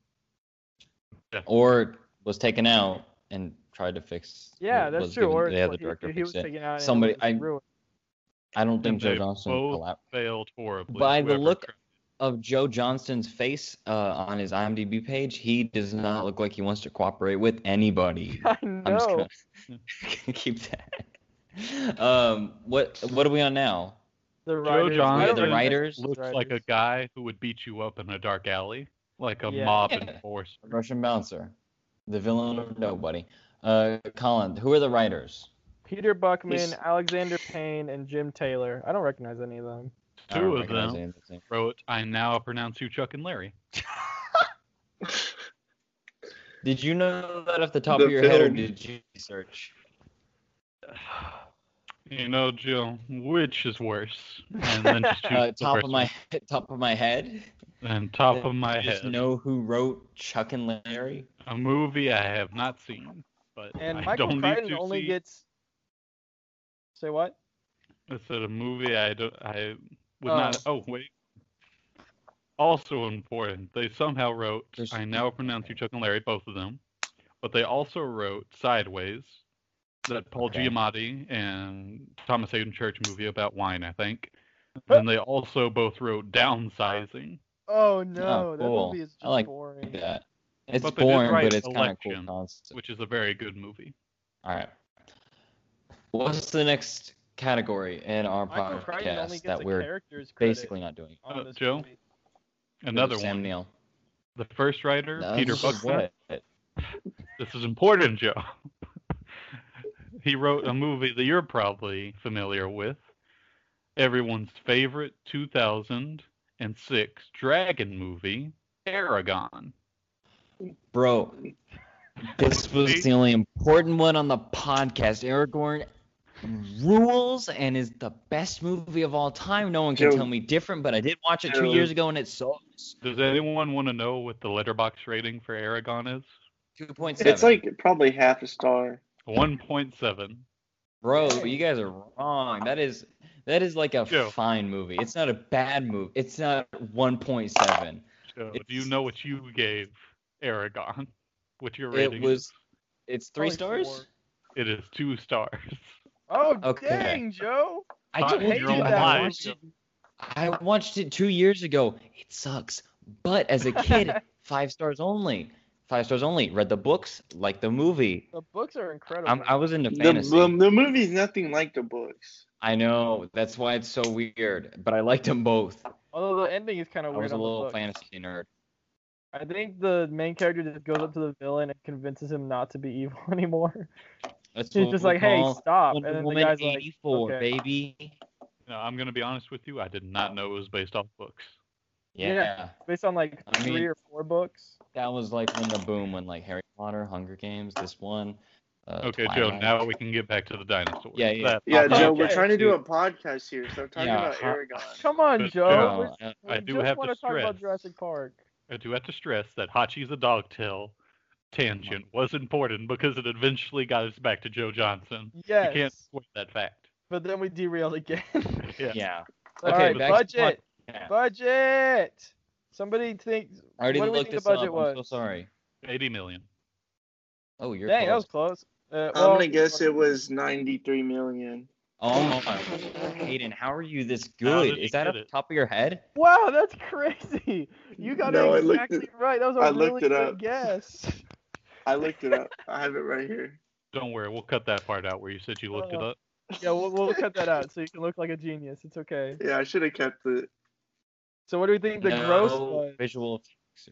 [SPEAKER 2] Or was taken out and tried to fix.
[SPEAKER 4] Yeah,
[SPEAKER 2] was
[SPEAKER 4] that's true.
[SPEAKER 2] given-
[SPEAKER 4] or
[SPEAKER 2] they had the
[SPEAKER 4] he-
[SPEAKER 2] director
[SPEAKER 4] he,
[SPEAKER 2] fix
[SPEAKER 4] was
[SPEAKER 2] it.
[SPEAKER 4] taken out. and it
[SPEAKER 2] Somebody-
[SPEAKER 4] was
[SPEAKER 2] I-
[SPEAKER 4] ruined. *laughs*
[SPEAKER 2] I don't think
[SPEAKER 3] And
[SPEAKER 2] Joe
[SPEAKER 3] they
[SPEAKER 2] Johnson
[SPEAKER 3] both-
[SPEAKER 2] collapsed.
[SPEAKER 3] Failed horribly.
[SPEAKER 2] By the
[SPEAKER 3] whoever
[SPEAKER 2] look-
[SPEAKER 3] tried.
[SPEAKER 2] of Joe Johnston's face uh, on his IMDb page, he does not look like he wants to cooperate with anybody. *laughs*
[SPEAKER 4] I
[SPEAKER 2] I'm just
[SPEAKER 4] know.
[SPEAKER 2] gonna keep that. Um, what what are we on now?
[SPEAKER 4] The
[SPEAKER 3] Joe
[SPEAKER 4] writers. I
[SPEAKER 3] Johnson-
[SPEAKER 4] don't
[SPEAKER 2] the
[SPEAKER 4] remember-
[SPEAKER 2] writers?
[SPEAKER 3] looks
[SPEAKER 4] writers.
[SPEAKER 3] like a guy who would beat you up in a dark alley, like a
[SPEAKER 4] Yeah.
[SPEAKER 3] mob
[SPEAKER 2] Yeah.
[SPEAKER 3] enforcer.
[SPEAKER 2] Russian Bouncer, the villain of Nobody. Uh, Colin, who are the writers?
[SPEAKER 4] Peter Buckman,
[SPEAKER 2] He's-
[SPEAKER 4] Alexander Payne, and Jim Taylor. I don't recognize any of them.
[SPEAKER 2] I don't
[SPEAKER 3] Two of
[SPEAKER 2] recognize
[SPEAKER 3] them
[SPEAKER 2] any of names.
[SPEAKER 3] wrote, "I now pronounce you Chuck and Larry."
[SPEAKER 2] Did you know that off the top
[SPEAKER 5] The
[SPEAKER 2] of your head, or
[SPEAKER 5] film.
[SPEAKER 2] did you research?
[SPEAKER 3] You know, Jill, which is worse? And then
[SPEAKER 2] *laughs*
[SPEAKER 3] just choose
[SPEAKER 2] Uh,
[SPEAKER 3] the
[SPEAKER 2] top
[SPEAKER 3] first
[SPEAKER 2] of my
[SPEAKER 3] one.
[SPEAKER 2] top of my head.
[SPEAKER 3] and top of my
[SPEAKER 2] Just
[SPEAKER 3] head,
[SPEAKER 2] know who wrote Chuck and Larry.
[SPEAKER 3] a movie I have not seen, but
[SPEAKER 4] And
[SPEAKER 3] I
[SPEAKER 4] Michael
[SPEAKER 3] don't need
[SPEAKER 4] Crichton
[SPEAKER 3] to
[SPEAKER 4] only
[SPEAKER 3] see.
[SPEAKER 4] gets. Say what?
[SPEAKER 3] It's a movie I don't. I would
[SPEAKER 4] Oh.
[SPEAKER 3] not. Oh wait. Also important, they somehow wrote.
[SPEAKER 2] There's-
[SPEAKER 3] I now pronounce you Chuck and Larry, both of them, but they also wrote Sideways, that Paul
[SPEAKER 2] Okay.
[SPEAKER 3] Giamatti and Thomas Hayden Church movie about wine, I think. And they also both wrote Downsizing.
[SPEAKER 4] Oh no,
[SPEAKER 2] cool.
[SPEAKER 4] that movie is just
[SPEAKER 2] I like uh,
[SPEAKER 4] boring.
[SPEAKER 2] that. It's
[SPEAKER 3] But they did
[SPEAKER 2] boring,
[SPEAKER 3] write
[SPEAKER 2] but it's kind of cool
[SPEAKER 3] Election,
[SPEAKER 2] concept.
[SPEAKER 3] which is a very good movie.
[SPEAKER 2] All right. What's the next category in our
[SPEAKER 4] Michael Crichton only
[SPEAKER 2] podcast
[SPEAKER 4] gets
[SPEAKER 2] that
[SPEAKER 4] a
[SPEAKER 2] we're
[SPEAKER 4] character's credit
[SPEAKER 2] basically not doing?
[SPEAKER 4] on
[SPEAKER 3] Uh,
[SPEAKER 4] this
[SPEAKER 3] Joe?
[SPEAKER 4] movie.
[SPEAKER 3] Another
[SPEAKER 2] Sam
[SPEAKER 3] one.
[SPEAKER 2] Neill.
[SPEAKER 3] The first writer,
[SPEAKER 2] No,
[SPEAKER 3] Peter
[SPEAKER 2] this is
[SPEAKER 3] Buckman.
[SPEAKER 2] what?
[SPEAKER 3] This is important, Joe. *laughs* he wrote a movie that you're probably familiar with, everyone's favorite 2006 dragon movie, Aragon.
[SPEAKER 2] Bro, this was the only important one on the podcast. Aragorn rules and is the best movie of all time. No one can
[SPEAKER 5] Joe.
[SPEAKER 2] tell me different, but I did watch it two
[SPEAKER 5] Joe.
[SPEAKER 2] years ago and it sucks.
[SPEAKER 3] Does anyone want to know what the letterbox rating for Aragon is?
[SPEAKER 2] 2.7.
[SPEAKER 5] It's like probably half a star.
[SPEAKER 3] 1.7.
[SPEAKER 2] Bro, you guys are wrong. That is that is like a
[SPEAKER 3] Joe.
[SPEAKER 2] fine movie. It's not a bad movie. It's not 1.7.
[SPEAKER 3] So, do you
[SPEAKER 2] It's-
[SPEAKER 3] know what you gave Aragon? What your
[SPEAKER 2] It
[SPEAKER 3] rating
[SPEAKER 2] was
[SPEAKER 3] is?
[SPEAKER 2] it's 3
[SPEAKER 4] Probably
[SPEAKER 2] stars?
[SPEAKER 4] four.
[SPEAKER 3] It is two stars.
[SPEAKER 4] Oh
[SPEAKER 2] Okay.
[SPEAKER 4] dang, Joe!
[SPEAKER 2] I
[SPEAKER 3] Fine,
[SPEAKER 2] told
[SPEAKER 4] you're
[SPEAKER 2] you
[SPEAKER 4] on
[SPEAKER 2] I
[SPEAKER 4] live.
[SPEAKER 2] watched, it, I watched it 2 years ago. It sucks. But as a
[SPEAKER 4] *laughs*
[SPEAKER 2] kid, 5 stars only. 5 stars only. Read the books, like the movie.
[SPEAKER 4] The books are incredible.
[SPEAKER 2] I'm, I was into
[SPEAKER 5] The,
[SPEAKER 2] fantasy.
[SPEAKER 5] the, the movie's nothing like the books.
[SPEAKER 2] I know. That's why it's so weird, but I liked them both.
[SPEAKER 4] Although the ending is kind
[SPEAKER 2] I
[SPEAKER 4] of weird.
[SPEAKER 2] was a
[SPEAKER 4] on the
[SPEAKER 2] little
[SPEAKER 4] book.
[SPEAKER 2] fantasy nerd.
[SPEAKER 4] I think the main character just goes up to the villain and convinces him not to be *laughs* evil anymore.
[SPEAKER 2] That's
[SPEAKER 4] He's
[SPEAKER 2] what
[SPEAKER 4] just
[SPEAKER 2] we
[SPEAKER 4] like, "Hey,
[SPEAKER 2] call
[SPEAKER 4] stop!"
[SPEAKER 2] Wonder
[SPEAKER 4] and then
[SPEAKER 2] Woman
[SPEAKER 4] the guy's like,
[SPEAKER 2] 84,
[SPEAKER 4] okay.
[SPEAKER 2] baby.
[SPEAKER 3] No, I'm going to be honest with you. I did
[SPEAKER 2] Oh.
[SPEAKER 3] not know it was based off books.
[SPEAKER 2] Yeah.
[SPEAKER 4] Yeah. based on like
[SPEAKER 2] I
[SPEAKER 4] three
[SPEAKER 2] mean-
[SPEAKER 4] or four books.
[SPEAKER 2] That was like when the boom when like Harry Potter, Hunger Games, this one. Uh,
[SPEAKER 3] Okay, Joe,
[SPEAKER 2] Twilight.
[SPEAKER 3] now we can get back to the dinosaurs.
[SPEAKER 2] Yeah, yeah.
[SPEAKER 3] That-
[SPEAKER 5] Yeah,
[SPEAKER 4] Okay.
[SPEAKER 5] Joe, we're trying to do a podcast here. Stop talking
[SPEAKER 2] Yeah.
[SPEAKER 5] about Aragon.
[SPEAKER 4] Come on,
[SPEAKER 3] But,
[SPEAKER 4] Joe.
[SPEAKER 3] uh,
[SPEAKER 4] we-
[SPEAKER 2] No, I-
[SPEAKER 4] we
[SPEAKER 3] I do
[SPEAKER 4] just
[SPEAKER 3] have to
[SPEAKER 4] want to talk about
[SPEAKER 3] stress-
[SPEAKER 4] Jurassic Park.
[SPEAKER 3] I do have to stress that Hachi's a dogtail tangent
[SPEAKER 2] Mm-hmm.
[SPEAKER 3] was important because it eventually got us back to Joe Johnson.
[SPEAKER 4] Yes,
[SPEAKER 3] You can't avoid that fact.
[SPEAKER 4] but then we derailed again. *laughs*
[SPEAKER 3] Yeah.
[SPEAKER 2] *laughs* yeah.
[SPEAKER 4] All
[SPEAKER 2] Okay,
[SPEAKER 4] right,
[SPEAKER 2] back to
[SPEAKER 4] budget,
[SPEAKER 2] yeah.
[SPEAKER 4] budget. Somebody think.
[SPEAKER 2] I already
[SPEAKER 4] what do we
[SPEAKER 2] looked this
[SPEAKER 4] think the budget
[SPEAKER 2] up.
[SPEAKER 4] was?
[SPEAKER 2] I'm so sorry.
[SPEAKER 3] 80 million.
[SPEAKER 2] Oh, you're
[SPEAKER 4] Dang, that was
[SPEAKER 2] close.
[SPEAKER 4] close. Uh,
[SPEAKER 5] I'm
[SPEAKER 4] well,
[SPEAKER 5] gonna guess it was 93 million.
[SPEAKER 2] Oh my. Aiden, how are you this
[SPEAKER 3] How did
[SPEAKER 2] good?
[SPEAKER 3] he
[SPEAKER 2] Is that
[SPEAKER 3] get
[SPEAKER 2] off the
[SPEAKER 3] it?
[SPEAKER 2] top of your head?
[SPEAKER 4] Wow, that's *laughs* crazy. You got
[SPEAKER 5] No, I
[SPEAKER 4] it
[SPEAKER 5] looked
[SPEAKER 4] exactly right. That was a
[SPEAKER 5] I
[SPEAKER 4] really
[SPEAKER 5] looked it
[SPEAKER 4] good
[SPEAKER 5] up.
[SPEAKER 4] guess.
[SPEAKER 5] I looked it up. I have it right here.
[SPEAKER 3] Don't worry, we'll cut that part out where you said you looked it
[SPEAKER 2] Oh.
[SPEAKER 4] Uh,
[SPEAKER 3] up.
[SPEAKER 4] Yeah, we'll, we'll cut that out so you can look like a genius. It's okay.
[SPEAKER 5] Yeah, I should have kept it.
[SPEAKER 4] So what do we think the
[SPEAKER 2] no
[SPEAKER 4] gross was?
[SPEAKER 2] visual. effects.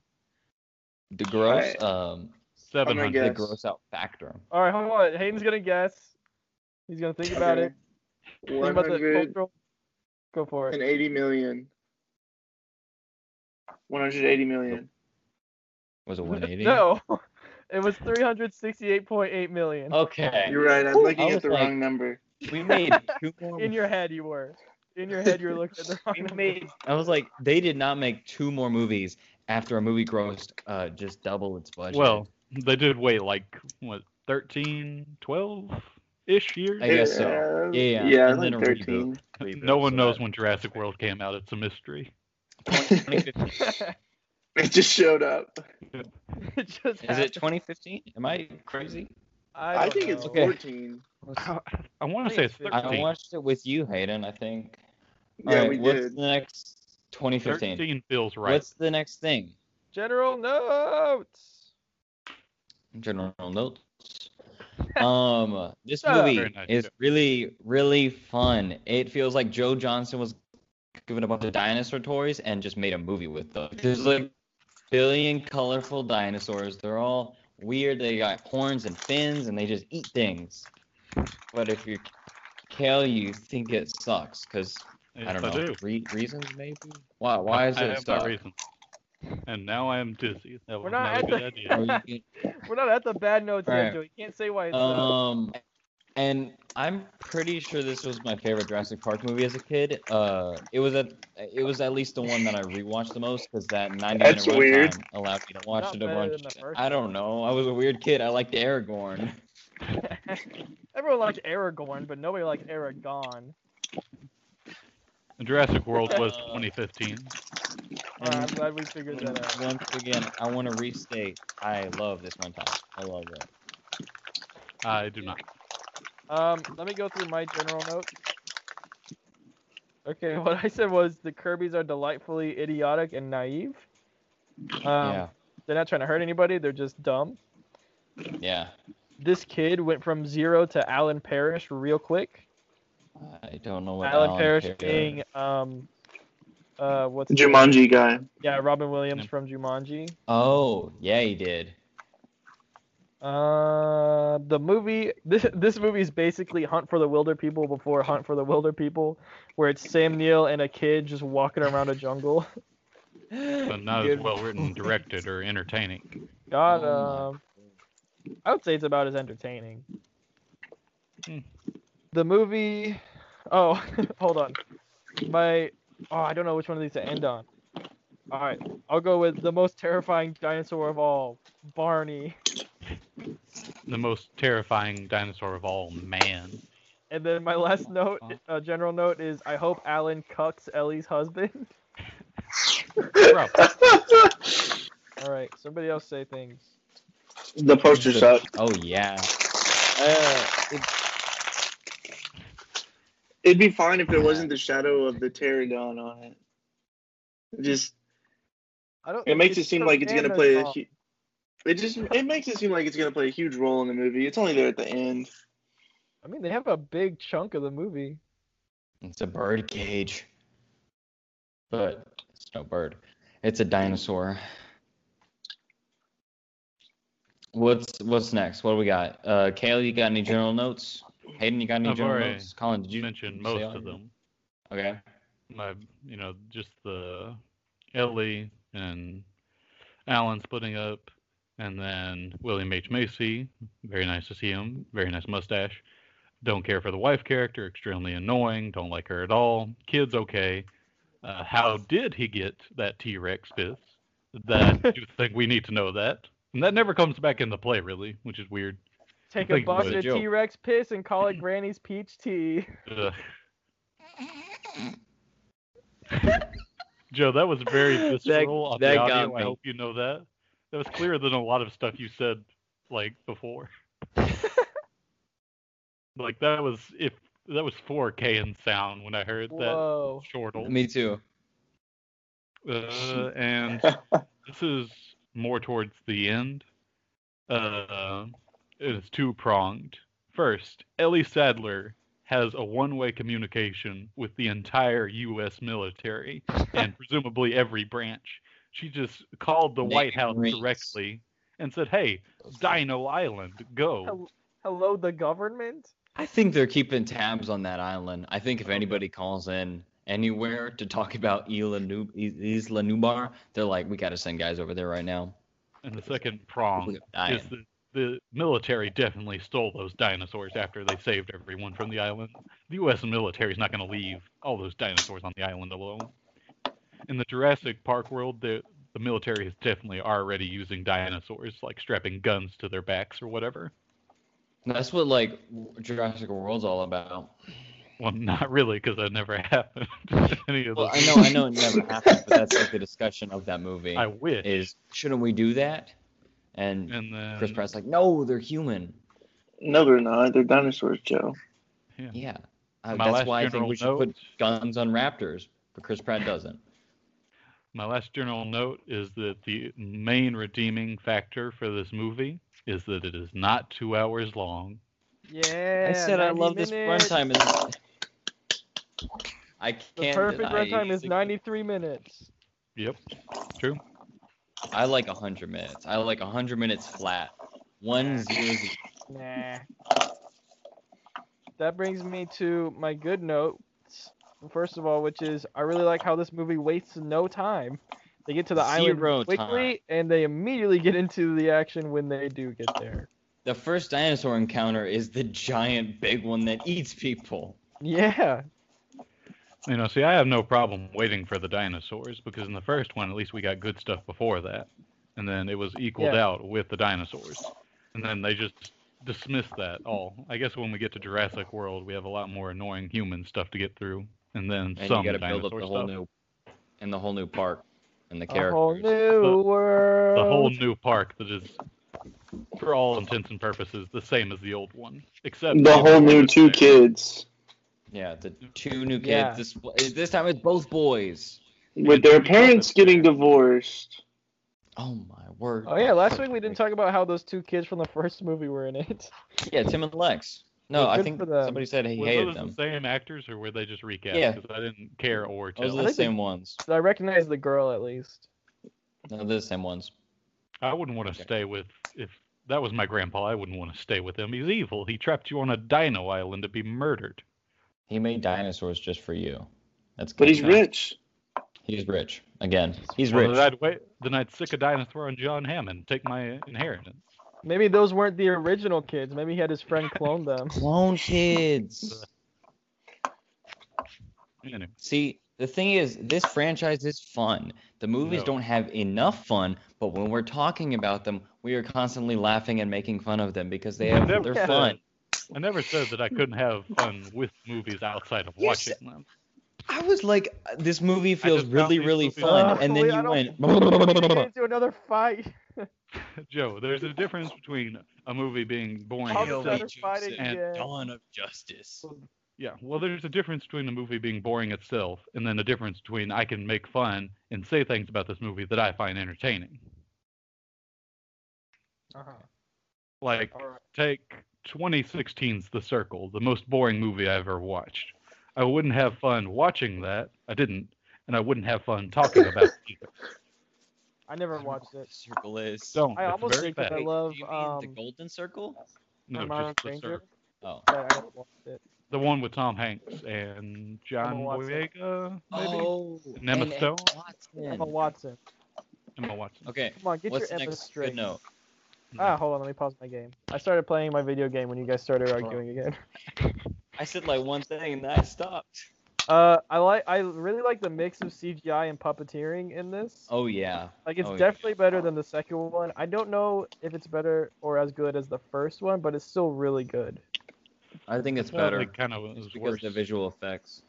[SPEAKER 2] The gross.
[SPEAKER 5] Alright.
[SPEAKER 2] Um.
[SPEAKER 3] Seven
[SPEAKER 5] gonna
[SPEAKER 3] hundred.
[SPEAKER 2] The
[SPEAKER 5] Yes.
[SPEAKER 2] gross out factor.
[SPEAKER 4] All right, hold on. Hayden's gonna guess. He's gonna think about it. Think
[SPEAKER 5] One
[SPEAKER 4] about the
[SPEAKER 5] hundred
[SPEAKER 4] cultural. Go for
[SPEAKER 5] and
[SPEAKER 4] it.
[SPEAKER 5] eighty million. One hundred eighty million.
[SPEAKER 2] Was it 180?
[SPEAKER 4] *laughs* No, it was 368.8 million.
[SPEAKER 2] Oh. Okay.
[SPEAKER 5] You're right. I'm
[SPEAKER 4] Ooh,
[SPEAKER 5] looking
[SPEAKER 2] I
[SPEAKER 5] at the
[SPEAKER 2] was like-
[SPEAKER 5] wrong number.
[SPEAKER 2] We
[SPEAKER 4] *laughs*
[SPEAKER 2] made two more.
[SPEAKER 4] In your head, you were. In your head, you were looking at the wrong.
[SPEAKER 2] *laughs* we
[SPEAKER 4] number.
[SPEAKER 2] made.
[SPEAKER 4] *laughs*
[SPEAKER 2] I was like, they did not make two more movies after a movie grossed uh, just double its budget.
[SPEAKER 3] Well, they did wait like what 13, 12 ish years.
[SPEAKER 2] I guess so. Yeah, yeah.
[SPEAKER 5] Yeah,
[SPEAKER 2] And then
[SPEAKER 5] like
[SPEAKER 2] a reboot.
[SPEAKER 5] thirteen. *laughs*
[SPEAKER 2] Reboot,
[SPEAKER 3] No one
[SPEAKER 2] so
[SPEAKER 3] knows
[SPEAKER 2] that-
[SPEAKER 3] when Jurassic World came out. It's
[SPEAKER 2] *laughs*
[SPEAKER 3] a mystery.
[SPEAKER 5] it just showed up.
[SPEAKER 4] it just
[SPEAKER 2] Is it
[SPEAKER 4] happened.
[SPEAKER 2] 2015? Am I crazy?
[SPEAKER 5] I,
[SPEAKER 4] I, don't
[SPEAKER 5] think it's
[SPEAKER 4] know.
[SPEAKER 2] Okay.
[SPEAKER 5] fourteen.
[SPEAKER 3] I, want to say it's
[SPEAKER 4] I
[SPEAKER 2] I
[SPEAKER 3] 13.
[SPEAKER 2] watched it with you, Hayden. I think. All
[SPEAKER 5] Yeah,
[SPEAKER 2] right,
[SPEAKER 5] we
[SPEAKER 2] what's
[SPEAKER 5] did.
[SPEAKER 2] the next 2015?
[SPEAKER 3] 13 feels right.
[SPEAKER 2] What's the next thing?
[SPEAKER 4] General notes.
[SPEAKER 2] General notes. Um,
[SPEAKER 3] *laughs*
[SPEAKER 2] this
[SPEAKER 4] Shut up.
[SPEAKER 2] movie
[SPEAKER 3] Ah, Very nice,
[SPEAKER 2] is
[SPEAKER 3] yeah.
[SPEAKER 2] really, really fun. It feels like Joe Johnson was given a bunch of dinosaur toys and just made a movie with them. There's like a billion colorful dinosaurs. They're all weird. They got horns and fins, and they just eat things. But if you're Kale, you think it sucks because I
[SPEAKER 3] Yes,
[SPEAKER 2] don't know
[SPEAKER 3] do.
[SPEAKER 2] re- reasons maybe. Why? Why is
[SPEAKER 3] I
[SPEAKER 2] it
[SPEAKER 3] have
[SPEAKER 2] suck?
[SPEAKER 3] my reason. And now I am dizzy. That was
[SPEAKER 4] not
[SPEAKER 3] not a
[SPEAKER 4] at
[SPEAKER 3] good
[SPEAKER 4] the-
[SPEAKER 3] idea.
[SPEAKER 2] Or you
[SPEAKER 4] *laughs*
[SPEAKER 2] can-
[SPEAKER 4] We're not at the bad notes
[SPEAKER 2] Alright.
[SPEAKER 4] yet, Joey. You can't say why it's uh,
[SPEAKER 2] Um, and I'm pretty sure this was my favorite Jurassic Park movie as a kid. Uh, it was at it was at least the one that I rewatched the most because that 90
[SPEAKER 5] That's
[SPEAKER 2] minute
[SPEAKER 5] weird.
[SPEAKER 2] runtime allowed me to watch
[SPEAKER 4] Not
[SPEAKER 2] it a
[SPEAKER 4] better
[SPEAKER 2] bunch.
[SPEAKER 4] than the first
[SPEAKER 2] I don't know. I was a weird kid. I liked Aragorn.
[SPEAKER 4] everyone liked Aragorn, but nobody liked Aragon.
[SPEAKER 3] Jurassic World was
[SPEAKER 2] Uh,
[SPEAKER 3] 2015.
[SPEAKER 4] Alright, I'm glad we figured that out.
[SPEAKER 2] Once again, I want to restate. I love this one time. I love it.
[SPEAKER 3] I do not.
[SPEAKER 4] Um, let me go through my general notes. Okay, *laughs* what I said was the Kirby's are delightfully idiotic and naive. Um,
[SPEAKER 2] yeah,
[SPEAKER 4] They're not trying to hurt anybody; they're just dumb.
[SPEAKER 2] yeah.
[SPEAKER 4] This kid went from zero to Alan Parrish real quick.
[SPEAKER 2] I don't know what
[SPEAKER 4] Alan, Parrish
[SPEAKER 2] Parrish-
[SPEAKER 4] being um, uh, what's his-
[SPEAKER 5] Jumanji guy.
[SPEAKER 4] Yeah, Robin Williams
[SPEAKER 3] Yeah.
[SPEAKER 4] from Jumanji.
[SPEAKER 2] Oh, yeah, he did.
[SPEAKER 4] Uh, the movie this this movie is basically Hunt for the Wilder People before Hunt for the Wilder People, where it's Sam Neill and a kid just walking around a jungle.
[SPEAKER 3] But
[SPEAKER 4] *laughs*
[SPEAKER 3] not
[SPEAKER 2] Good
[SPEAKER 3] as well written,
[SPEAKER 2] point.
[SPEAKER 3] directed, or entertaining.
[SPEAKER 4] God,
[SPEAKER 2] Oh
[SPEAKER 4] um, I would say it's about as entertaining.
[SPEAKER 3] Hmm.
[SPEAKER 4] The movie. Oh, *laughs* hold on. My. Oh, I don't know which one of these to end on. All right, I'll go with the most terrifying dinosaur of all, Barney,
[SPEAKER 3] The most terrifying dinosaur of all, man.
[SPEAKER 4] and then my last note, uh, general note is I hope Alan cucks Ellie's husband. *laughs*
[SPEAKER 3] Bro,
[SPEAKER 4] All right, somebody else say things.
[SPEAKER 5] The poster sucked.
[SPEAKER 2] Oh yeah. Uh, it-
[SPEAKER 5] It'd be fine if there wasn't the shadow of the pterodon on it. It just
[SPEAKER 4] I don't.
[SPEAKER 5] it makes it
[SPEAKER 4] it's
[SPEAKER 5] seem like it's gonna
[SPEAKER 4] Savannah's
[SPEAKER 5] play a
[SPEAKER 4] fault.
[SPEAKER 5] hu- it just it makes it seem like it's gonna play a huge role in the movie. It's only there at the end.
[SPEAKER 4] I mean, they have a big chunk of the movie.
[SPEAKER 2] It's a bird cage. But it's no bird. It's a dinosaur. What's what's next? What do we got? Uh Kale, you got any general notes? Hayden, you got any
[SPEAKER 3] I've
[SPEAKER 2] general
[SPEAKER 3] already
[SPEAKER 2] notes? Colin, did
[SPEAKER 3] you
[SPEAKER 2] you
[SPEAKER 3] mentioned
[SPEAKER 2] say
[SPEAKER 3] most
[SPEAKER 2] all
[SPEAKER 3] of
[SPEAKER 2] your-
[SPEAKER 3] them.
[SPEAKER 2] Okay.
[SPEAKER 3] My, you know, just the Ellie and Alan splitting up, and then William H Macy. Very nice to see him. Very nice mustache. Don't care for the wife character. Extremely annoying. Don't like her at all. Kids okay. Uh, how did he get that T Rex fist? That I do think we need to know that. And that never comes back in the play really, which is weird.
[SPEAKER 4] Take a
[SPEAKER 3] Like,
[SPEAKER 4] bucket
[SPEAKER 2] what a
[SPEAKER 4] of
[SPEAKER 2] joke.
[SPEAKER 4] T Rex piss and *laughs* call it Granny's peach tea.
[SPEAKER 3] Ugh. *laughs* Joe, that was very visceral on
[SPEAKER 2] that
[SPEAKER 3] the
[SPEAKER 2] got
[SPEAKER 3] audio. I
[SPEAKER 2] me.
[SPEAKER 3] hope you know that. That was clearer than a lot of stuff you said like
[SPEAKER 2] *laughs*
[SPEAKER 3] before. like that was if that was 4K in sound when I heard that
[SPEAKER 4] Whoa.
[SPEAKER 3] shortle.
[SPEAKER 2] Me too.
[SPEAKER 3] Uh, and this is more towards the end. Uh, it is two pronged. First, Ellie Sadler has a one way communication with the entire U.S. military and presumably every branch. She just called the
[SPEAKER 2] Nate
[SPEAKER 3] White House
[SPEAKER 2] Reese.
[SPEAKER 3] directly and said, "Hey, Dino Island, go."
[SPEAKER 4] Hel- Hello, the government.
[SPEAKER 2] I think they're keeping tabs on that island. I think if anybody calls in anywhere to talk about Isla, Nub- Isla Nubar, they're like, we got to send guys over there right now.
[SPEAKER 3] And the second prong
[SPEAKER 2] Look, I
[SPEAKER 3] is
[SPEAKER 2] am.
[SPEAKER 3] the, the military definitely stole those dinosaurs after they saved everyone from the island. The U.S. military is not going to leave all those dinosaurs on the island alone. In the Jurassic Park world, the the military is definitely already using dinosaurs, like strapping guns to their backs or whatever.
[SPEAKER 2] That's what like Jurassic World's all about.
[SPEAKER 3] Well, not really, because that never *laughs* happened. Any of
[SPEAKER 2] Well,
[SPEAKER 3] those.
[SPEAKER 2] I know, I know, it
[SPEAKER 3] *laughs*
[SPEAKER 2] never happened, but that's like the discussion of that movie.
[SPEAKER 3] I wish.
[SPEAKER 2] Is shouldn't we do that? And,
[SPEAKER 3] and then
[SPEAKER 2] Chris Pratt's like, no, they're human.
[SPEAKER 5] No, they're not. They're dinosaurs, Joe.
[SPEAKER 2] Yeah, Uh,
[SPEAKER 3] My
[SPEAKER 2] that's
[SPEAKER 3] last
[SPEAKER 2] why I think
[SPEAKER 3] general
[SPEAKER 2] we should
[SPEAKER 3] note-
[SPEAKER 2] put guns on raptors, but Chris Pratt doesn't.
[SPEAKER 3] My last general note is that the main redeeming factor for this movie is that it is not two hours long.
[SPEAKER 4] Yeah.
[SPEAKER 2] I said I
[SPEAKER 4] 90
[SPEAKER 2] love this
[SPEAKER 4] minutes.
[SPEAKER 2] runtime. Is I can't.
[SPEAKER 4] The perfect
[SPEAKER 2] deny
[SPEAKER 4] runtime is
[SPEAKER 2] the-
[SPEAKER 4] 93 minutes.
[SPEAKER 3] Yep, true.
[SPEAKER 2] I like hundred minutes. I like hundred minutes flat. One zero zero.
[SPEAKER 4] Nah. That brings me to my good notes. First of all, which is I really like how this movie wastes no time. They get to the
[SPEAKER 2] Zero
[SPEAKER 4] island quickly, and they immediately get into the action when they do get there.
[SPEAKER 2] The first dinosaur encounter is the giant big one that eats people.
[SPEAKER 4] Yeah.
[SPEAKER 3] You know, see, I have no problem waiting for the dinosaurs because in the first one, at least we got good stuff before that, and then it was equaled
[SPEAKER 4] Yeah.
[SPEAKER 3] out with the dinosaurs, and then they just dismissed that all. I guess when we get to Jurassic World, we have a lot more annoying human stuff to get through, and then
[SPEAKER 2] And
[SPEAKER 3] some
[SPEAKER 2] you gotta
[SPEAKER 3] dinosaur
[SPEAKER 2] build up the whole
[SPEAKER 3] stuff.
[SPEAKER 2] new and the whole new park and the
[SPEAKER 4] A whole
[SPEAKER 2] characters.
[SPEAKER 4] new
[SPEAKER 3] The-
[SPEAKER 4] world.
[SPEAKER 3] the whole new park that is, for all intents and purposes, the same as the old one, except
[SPEAKER 5] The whole new two kids
[SPEAKER 2] yeah, the two new kids.
[SPEAKER 4] Yeah.
[SPEAKER 2] This this time it's both boys.
[SPEAKER 5] with their parents getting divorced.
[SPEAKER 2] Oh my word.
[SPEAKER 4] Oh yeah, last week we didn't talk about how those two kids from the first movie were in it. *laughs*
[SPEAKER 2] Yeah, Tim and Lex. No,
[SPEAKER 4] Well,
[SPEAKER 2] I
[SPEAKER 4] good
[SPEAKER 2] think
[SPEAKER 4] for them.
[SPEAKER 2] somebody said he
[SPEAKER 3] Were
[SPEAKER 2] hated
[SPEAKER 3] those
[SPEAKER 2] them.
[SPEAKER 3] the same actors, or were they just recast?
[SPEAKER 2] Yeah.
[SPEAKER 3] Because I didn't care or
[SPEAKER 2] Those are
[SPEAKER 3] tell.
[SPEAKER 4] I
[SPEAKER 2] the
[SPEAKER 4] think they-
[SPEAKER 2] same ones.
[SPEAKER 4] So I recognize the girl at least.
[SPEAKER 2] No, they're the same ones.
[SPEAKER 3] I wouldn't want
[SPEAKER 2] Okay.
[SPEAKER 3] to stay with if that was my grandpa. I wouldn't want to stay with him. He's evil. He trapped you on a dino island to be murdered.
[SPEAKER 2] He made dinosaurs just for you. That's
[SPEAKER 5] But
[SPEAKER 2] good.
[SPEAKER 5] he's rich.
[SPEAKER 2] He's rich. Again, he's
[SPEAKER 3] Well,
[SPEAKER 2] rich.
[SPEAKER 3] Then I'd wait. Then I'd sick a dinosaur on John Hammond, take my inheritance.
[SPEAKER 4] Maybe those weren't the original kids. Maybe he had his friend clone *laughs* them.
[SPEAKER 2] Clone kids.
[SPEAKER 3] Anyway,
[SPEAKER 2] See, the thing is, this franchise is fun. The movies
[SPEAKER 3] No.
[SPEAKER 2] don't have enough fun, but when we're talking about them, we are constantly laughing and making fun of them because they have
[SPEAKER 3] Never
[SPEAKER 2] they're
[SPEAKER 4] said.
[SPEAKER 2] fun.
[SPEAKER 3] I never said that I couldn't have fun with movies outside of
[SPEAKER 2] You
[SPEAKER 3] watching them. *laughs*
[SPEAKER 2] I was like, uh, this movie feels
[SPEAKER 3] just
[SPEAKER 2] really,
[SPEAKER 3] found these
[SPEAKER 2] really
[SPEAKER 3] movies
[SPEAKER 2] fun,
[SPEAKER 4] awful.
[SPEAKER 2] and then
[SPEAKER 4] I
[SPEAKER 2] you
[SPEAKER 4] don't-
[SPEAKER 2] went.
[SPEAKER 4] Get into another fight.
[SPEAKER 3] Joe, there's a difference between a movie being boring
[SPEAKER 4] *laughs*
[SPEAKER 2] *laughs*
[SPEAKER 4] I'll
[SPEAKER 3] itself
[SPEAKER 4] be better fighting
[SPEAKER 3] and
[SPEAKER 4] again.
[SPEAKER 2] Dawn of Justice.
[SPEAKER 3] Yeah, well, there's a difference between a movie being boring itself and then a difference between I can make fun and say things about this movie that I find entertaining.
[SPEAKER 4] Uh-huh.
[SPEAKER 3] Like,
[SPEAKER 4] All right.
[SPEAKER 3] take 2016's The Circle, the most boring movie I ever watched. I wouldn't have fun watching that. I didn't. And I wouldn't have fun talking about it
[SPEAKER 4] *laughs*
[SPEAKER 3] either.
[SPEAKER 4] I never watched it.
[SPEAKER 2] Circle is.
[SPEAKER 3] Don't.
[SPEAKER 4] I
[SPEAKER 3] it's
[SPEAKER 4] almost
[SPEAKER 3] very
[SPEAKER 4] did 'cause
[SPEAKER 3] bad.
[SPEAKER 4] I love
[SPEAKER 2] Do you mean the
[SPEAKER 4] um,
[SPEAKER 2] Golden Circle?
[SPEAKER 3] No,
[SPEAKER 4] Am I
[SPEAKER 3] just the,
[SPEAKER 4] Stranger,
[SPEAKER 3] Circle.
[SPEAKER 2] Oh.
[SPEAKER 4] but I haven't watched it.
[SPEAKER 3] the one with Tom Hanks and John
[SPEAKER 4] Emma Watson.
[SPEAKER 3] Boyega, maybe?
[SPEAKER 2] Oh.
[SPEAKER 3] And Emma
[SPEAKER 2] and
[SPEAKER 3] Stone?
[SPEAKER 2] Watson.
[SPEAKER 4] Emma Watson.
[SPEAKER 3] Emma Watson.
[SPEAKER 2] Okay.
[SPEAKER 4] Come on, get
[SPEAKER 2] What's the
[SPEAKER 4] your Emma
[SPEAKER 2] next
[SPEAKER 4] straight.
[SPEAKER 2] good note?
[SPEAKER 4] Ah, hold on, let me pause my game. I started playing my video game when you guys started arguing again. *laughs*
[SPEAKER 2] I said like one thing and then I stopped.
[SPEAKER 4] Uh, I like, I really like the mix of CGI and puppeteering in this.
[SPEAKER 2] Oh yeah.
[SPEAKER 4] Like it's
[SPEAKER 2] Oh, yeah.
[SPEAKER 4] definitely better than the second one. I don't know if it's better or as good as the first one, but it's still really good.
[SPEAKER 2] I think it's
[SPEAKER 3] Well,
[SPEAKER 2] better.
[SPEAKER 3] they kind of
[SPEAKER 2] Just
[SPEAKER 3] was
[SPEAKER 2] because
[SPEAKER 3] worse.
[SPEAKER 2] the visual effects.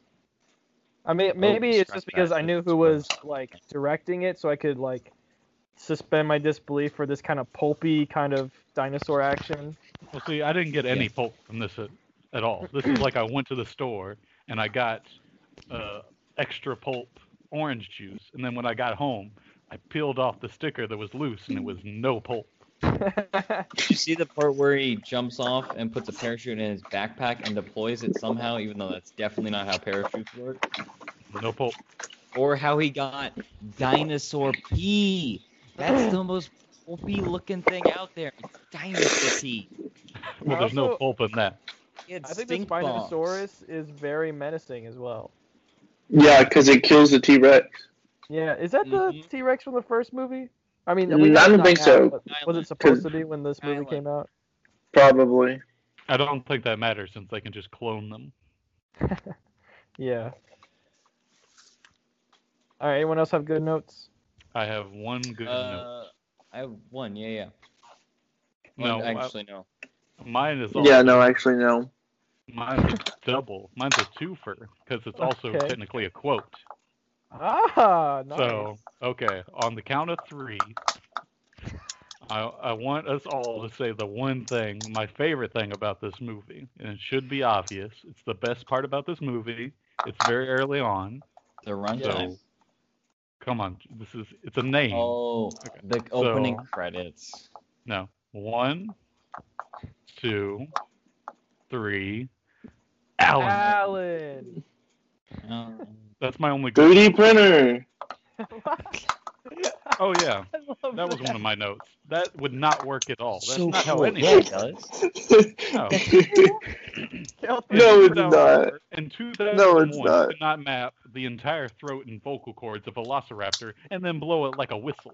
[SPEAKER 4] I mean, maybe it's
[SPEAKER 2] Oh, scratch
[SPEAKER 4] just because
[SPEAKER 2] that.
[SPEAKER 4] I knew who was like directing it, so I could like suspend my disbelief for this kind of pulpy kind of dinosaur action.
[SPEAKER 3] Well, see, I didn't get any
[SPEAKER 2] Yeah.
[SPEAKER 3] pulp from this at, at all. This is like I went to the store and I got uh, extra pulp orange juice, and then when I got home, I peeled off the sticker that was loose, and it was no pulp.
[SPEAKER 4] *laughs*
[SPEAKER 2] You see the part where he jumps off and puts a parachute in his backpack and deploys it somehow, even though that's definitely not how parachutes work.
[SPEAKER 3] No pulp.
[SPEAKER 2] Or how he got dinosaur pee. That's the most pulpy looking thing out there. It's dinosaur teeth.
[SPEAKER 3] Well, there's no
[SPEAKER 4] Also-
[SPEAKER 3] pulp in that.
[SPEAKER 2] It's
[SPEAKER 4] I think this
[SPEAKER 2] stink bombs.
[SPEAKER 4] Spinosaurus is very menacing as well.
[SPEAKER 5] Yeah, because it kills the T Rex.
[SPEAKER 4] Yeah, is that the
[SPEAKER 3] Mhm.
[SPEAKER 4] T Rex from the first movie? I mean,
[SPEAKER 5] Mm,
[SPEAKER 4] we know
[SPEAKER 5] I
[SPEAKER 4] it's
[SPEAKER 5] don't
[SPEAKER 4] not
[SPEAKER 5] think
[SPEAKER 4] now,
[SPEAKER 5] so.
[SPEAKER 4] but Was
[SPEAKER 2] Island.
[SPEAKER 4] it supposed to be when this movie
[SPEAKER 2] Island.
[SPEAKER 4] came out?
[SPEAKER 5] Probably.
[SPEAKER 3] I don't think that matters since they can just clone them.
[SPEAKER 4] Yeah. All right. Anyone else have good notes?
[SPEAKER 3] I have one good note.
[SPEAKER 2] Uh, I have one. Yeah, yeah.
[SPEAKER 3] No, uh,
[SPEAKER 2] One,
[SPEAKER 3] I-
[SPEAKER 2] actually, no.
[SPEAKER 3] Mine is also,
[SPEAKER 5] Yeah, no, actually, no.
[SPEAKER 3] mine's a double. Mine's a twofer because it's also
[SPEAKER 4] Okay.
[SPEAKER 3] technically a quote.
[SPEAKER 4] Ah, nice.
[SPEAKER 3] So okay, on the count of three, I I want us all to say the one thing, my favorite thing about this movie, and it should be obvious. It's the best part about this movie. It's very early on.
[SPEAKER 2] The runtime.
[SPEAKER 3] Come on, this is it's a name.
[SPEAKER 2] Oh,
[SPEAKER 3] Okay.
[SPEAKER 2] the opening credits.
[SPEAKER 3] No. One, two, three. Alan.
[SPEAKER 2] Ah.
[SPEAKER 4] Alan.
[SPEAKER 2] Um,
[SPEAKER 3] That's my only good.
[SPEAKER 5] 3D printer.
[SPEAKER 3] Oh yeah,
[SPEAKER 4] I love
[SPEAKER 3] that was one of my notes. That would not work at all. That's
[SPEAKER 2] so
[SPEAKER 3] not how
[SPEAKER 2] cool.
[SPEAKER 3] any
[SPEAKER 2] Yeah, it does.
[SPEAKER 5] Oh. *laughs*
[SPEAKER 3] No.
[SPEAKER 4] Killed
[SPEAKER 5] No,
[SPEAKER 4] it.
[SPEAKER 5] it's not.
[SPEAKER 3] In 2001,
[SPEAKER 5] No, it's not.
[SPEAKER 3] did not map the entire throat and vocal cords of Velociraptor and then blow it like a whistle.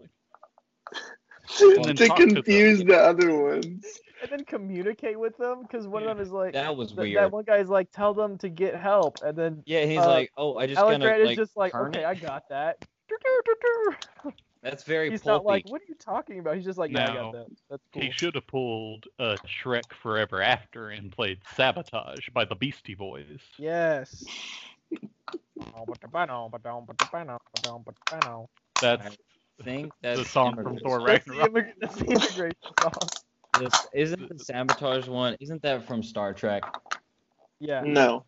[SPEAKER 3] then
[SPEAKER 5] to
[SPEAKER 3] talk to
[SPEAKER 5] confuse
[SPEAKER 3] them.
[SPEAKER 5] the other ones.
[SPEAKER 4] and then communicate with them because one
[SPEAKER 3] Yeah,
[SPEAKER 4] of them is like
[SPEAKER 2] that was
[SPEAKER 4] th-
[SPEAKER 2] weird.
[SPEAKER 4] That one guy's like, tell them to get help, and then
[SPEAKER 2] Yeah, he's
[SPEAKER 4] Uh,
[SPEAKER 2] like, oh, I just
[SPEAKER 4] Alan
[SPEAKER 2] kind
[SPEAKER 4] Grant
[SPEAKER 2] of
[SPEAKER 4] is
[SPEAKER 2] like,
[SPEAKER 4] just like,
[SPEAKER 2] turn
[SPEAKER 4] okay,
[SPEAKER 2] it.
[SPEAKER 4] I got *laughs* that. Do-do-do-do.
[SPEAKER 2] That's very
[SPEAKER 4] He's
[SPEAKER 2] pulpy.
[SPEAKER 4] not like,
[SPEAKER 2] *laughs*
[SPEAKER 4] what are you talking about? He's just like, yeah, I got
[SPEAKER 3] No.
[SPEAKER 4] that. That's cool.
[SPEAKER 3] He should have pulled uh, Shrek Forever After and played Sabotage by the Beastie Boys.
[SPEAKER 4] Yes.
[SPEAKER 2] *laughs*
[SPEAKER 3] That's
[SPEAKER 2] think that's
[SPEAKER 3] the song from
[SPEAKER 2] immigrants.
[SPEAKER 3] Thor
[SPEAKER 4] That's the,
[SPEAKER 3] Ragnarok.
[SPEAKER 4] immig- that's the immigration song.
[SPEAKER 2] This- isn't the sabotage one? Isn't that from Star Trek?
[SPEAKER 4] Yeah.
[SPEAKER 5] No,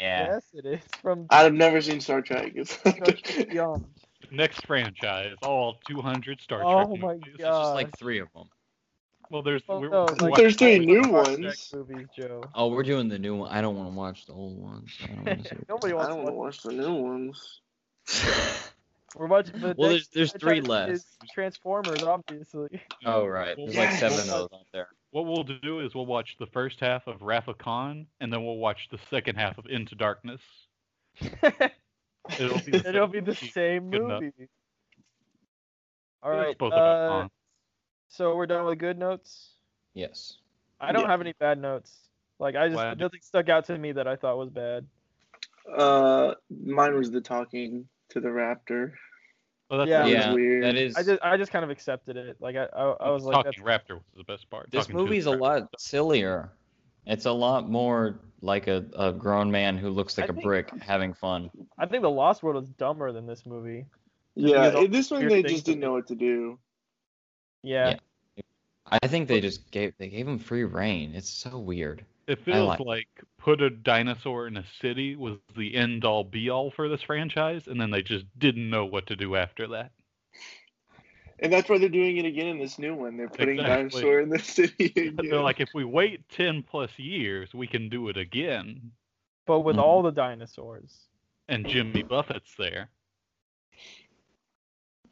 [SPEAKER 2] Yeah.
[SPEAKER 4] Yes, it is from
[SPEAKER 5] I've never seen Star Trek. It's
[SPEAKER 4] Young.
[SPEAKER 3] Next franchise, all 200 Star Trek.
[SPEAKER 4] Oh my
[SPEAKER 3] movies.
[SPEAKER 2] There's just
[SPEAKER 4] God.
[SPEAKER 2] like three of them.
[SPEAKER 3] Well, there's
[SPEAKER 4] Oh,
[SPEAKER 3] we're-
[SPEAKER 4] no,
[SPEAKER 3] we're
[SPEAKER 4] like-
[SPEAKER 5] There's three
[SPEAKER 3] watching-
[SPEAKER 5] new
[SPEAKER 4] Star Trek
[SPEAKER 5] ones.
[SPEAKER 4] Movie, Joe.
[SPEAKER 2] Oh, we're doing the new one. I don't want to watch the old ones. I don't want to see.
[SPEAKER 4] Nobody
[SPEAKER 5] I
[SPEAKER 4] wants
[SPEAKER 5] don't want to watch the new ones.
[SPEAKER 2] *laughs*
[SPEAKER 4] We're watching. The
[SPEAKER 2] well,
[SPEAKER 4] next
[SPEAKER 2] there's there's three
[SPEAKER 4] franchise
[SPEAKER 2] left.
[SPEAKER 4] is Transformers, obviously.
[SPEAKER 2] *laughs*
[SPEAKER 4] *laughs*
[SPEAKER 2] Oh right, there's like
[SPEAKER 5] Yes.
[SPEAKER 2] seven of those out there.
[SPEAKER 3] What we'll do is we'll watch the first half of Rafa Khan, and then we'll watch the second half of Into
[SPEAKER 4] *laughs*
[SPEAKER 3] Darkness. It'll be the
[SPEAKER 4] It'll
[SPEAKER 3] same
[SPEAKER 4] be the
[SPEAKER 3] movie.
[SPEAKER 4] same
[SPEAKER 3] Good enough.
[SPEAKER 4] movie. All
[SPEAKER 3] It's
[SPEAKER 4] right.
[SPEAKER 3] both about
[SPEAKER 4] Uh,
[SPEAKER 3] Khan.
[SPEAKER 4] so we're done with good notes.
[SPEAKER 2] Yes.
[SPEAKER 4] I don't
[SPEAKER 5] Yeah.
[SPEAKER 4] have any bad notes. Like I just
[SPEAKER 3] Glad-
[SPEAKER 4] nothing stuck out to me that I thought was bad.
[SPEAKER 5] Uh, mine was the talking to the raptor.
[SPEAKER 3] Well, that's
[SPEAKER 4] Yeah.
[SPEAKER 5] That
[SPEAKER 2] Yeah,
[SPEAKER 5] was weird.
[SPEAKER 2] that is.
[SPEAKER 4] I just I just kind of accepted it. Like I I, I was like that's,
[SPEAKER 3] talking raptor was the best part.
[SPEAKER 2] this
[SPEAKER 3] Talking to
[SPEAKER 2] movie's
[SPEAKER 3] the
[SPEAKER 2] a
[SPEAKER 3] raptor.
[SPEAKER 2] lot sillier. It's a lot more like a, a grown man who looks like
[SPEAKER 4] I
[SPEAKER 2] a
[SPEAKER 4] think-
[SPEAKER 2] brick having fun.
[SPEAKER 4] I think the Lost World was dumber than this movie.
[SPEAKER 5] yeah,
[SPEAKER 4] Because all
[SPEAKER 5] in this one
[SPEAKER 4] weird
[SPEAKER 5] they
[SPEAKER 4] things
[SPEAKER 5] just didn't
[SPEAKER 4] that-
[SPEAKER 5] know what to do.
[SPEAKER 4] Yeah.
[SPEAKER 2] Yeah. I think they just gave they gave him free reign. It's so weird.
[SPEAKER 3] It feels
[SPEAKER 2] like
[SPEAKER 3] like,
[SPEAKER 2] it.
[SPEAKER 3] put a dinosaur in a city was the end all be all for this franchise, and then they just didn't know what to do after that.
[SPEAKER 5] And that's why they're doing it again in this new one. They're putting
[SPEAKER 3] Exactly.
[SPEAKER 5] dinosaur in the city
[SPEAKER 3] *laughs*
[SPEAKER 5] again.
[SPEAKER 3] They're like, if we wait ten plus years, we can do it again.
[SPEAKER 4] But with
[SPEAKER 2] Mhm.
[SPEAKER 4] all the dinosaurs.
[SPEAKER 3] And Jimmy Buffett's there.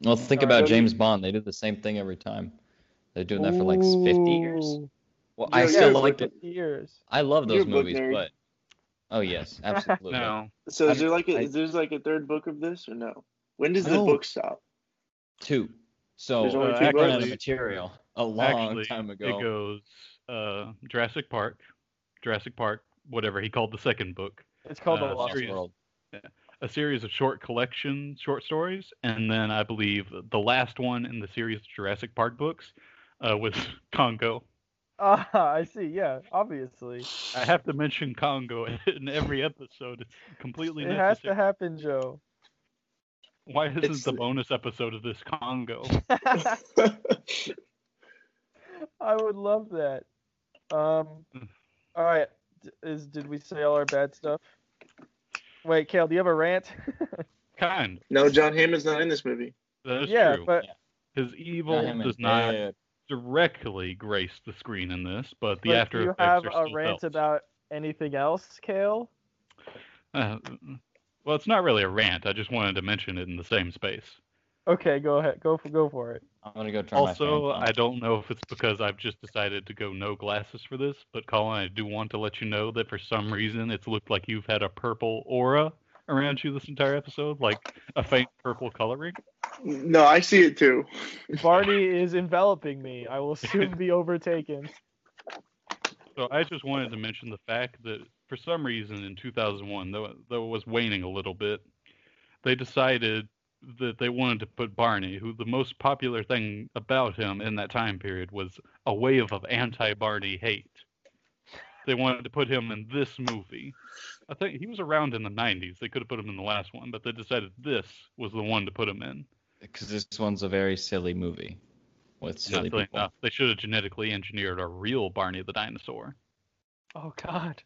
[SPEAKER 2] Well, think
[SPEAKER 4] Sorry.
[SPEAKER 2] about
[SPEAKER 5] So-
[SPEAKER 2] James Bond. They did the same thing every time. They're doing that for like 50 years.
[SPEAKER 4] Ooh.
[SPEAKER 2] Well,
[SPEAKER 5] Yeah,
[SPEAKER 2] I still
[SPEAKER 5] yeah,
[SPEAKER 2] like
[SPEAKER 5] but-
[SPEAKER 2] it.
[SPEAKER 4] Years.
[SPEAKER 2] I love
[SPEAKER 5] You're
[SPEAKER 2] those
[SPEAKER 5] a book
[SPEAKER 2] movies,
[SPEAKER 5] nerd.
[SPEAKER 2] but oh yes, absolutely.
[SPEAKER 3] No,
[SPEAKER 5] so is
[SPEAKER 2] I-
[SPEAKER 5] there like a,
[SPEAKER 2] I-
[SPEAKER 5] is there's like a third book of this or no? When does
[SPEAKER 2] No.
[SPEAKER 5] the book
[SPEAKER 4] *laughs*
[SPEAKER 5] stop? *laughs*
[SPEAKER 2] Two. So
[SPEAKER 5] There's
[SPEAKER 3] only
[SPEAKER 2] uh,
[SPEAKER 3] two
[SPEAKER 2] I ran out of
[SPEAKER 3] movies.
[SPEAKER 2] material a long
[SPEAKER 3] actually,
[SPEAKER 2] time ago.
[SPEAKER 3] it goes uh, Jurassic Park, Jurassic Park, whatever he called the second book,
[SPEAKER 4] It's called
[SPEAKER 3] Uh,
[SPEAKER 4] the Lost.
[SPEAKER 3] serious.
[SPEAKER 2] World.
[SPEAKER 3] a series of short collection short stories, and then I believe the last one in the series of Jurassic Park books uh, was *laughs* Congo.
[SPEAKER 4] *laughs* Ah, I see. Yeah, obviously.
[SPEAKER 3] I have to mention Congo *laughs* in every episode. It's completely
[SPEAKER 4] It has
[SPEAKER 3] necessary.
[SPEAKER 4] to happen, Joe. *laughs*
[SPEAKER 3] Why isn't
[SPEAKER 5] It's-
[SPEAKER 3] the bonus episode of this Congo?
[SPEAKER 4] I would love that. Um,
[SPEAKER 3] Hmm.
[SPEAKER 4] all right. D- Is did we say all our bad stuff? Wait, Kale, do you have a rant?
[SPEAKER 3] kind.
[SPEAKER 5] no, John Hammond's not in this movie.
[SPEAKER 3] That is
[SPEAKER 4] *laughs* yeah,
[SPEAKER 3] true.
[SPEAKER 4] but
[SPEAKER 3] His evil
[SPEAKER 2] Diamond
[SPEAKER 3] does not
[SPEAKER 2] Head.
[SPEAKER 3] directly grace the screen in this, but the
[SPEAKER 4] but
[SPEAKER 3] after
[SPEAKER 4] do you
[SPEAKER 3] effects
[SPEAKER 4] have
[SPEAKER 3] are
[SPEAKER 4] a
[SPEAKER 3] still
[SPEAKER 4] rant
[SPEAKER 3] felt.
[SPEAKER 4] about anything else, Kale?
[SPEAKER 3] *laughs* Uh, well, it's not really a rant. I just wanted to mention it in the same space.
[SPEAKER 4] Okay, go ahead. Go for go for it.
[SPEAKER 2] I'm gonna go turn
[SPEAKER 3] Also,
[SPEAKER 2] my fan on.
[SPEAKER 3] I don't know if it's because I've just decided to go no glasses for this, but Colin, I do want to let you know that for some reason it's looked like you've had a purple aura around you this entire episode, like a faint purple coloring.
[SPEAKER 5] No, I see it too. *laughs*
[SPEAKER 4] Barney is enveloping me. I will soon be overtaken.
[SPEAKER 3] So I just wanted to mention the fact that for some reason in 2001, though, though it was waning a little bit, they decided that they wanted to put Barney, who the most popular thing about him in that time period was a wave of anti-Barney hate. They wanted to put him in this movie. I think he was around in the 90s. They could have put him in the last one, but they decided this was the one to put him in.
[SPEAKER 2] because this one's a very silly movie with silly
[SPEAKER 3] Not silly
[SPEAKER 2] people.
[SPEAKER 3] enough. They should have genetically engineered a real Barney the dinosaur.
[SPEAKER 4] Oh God,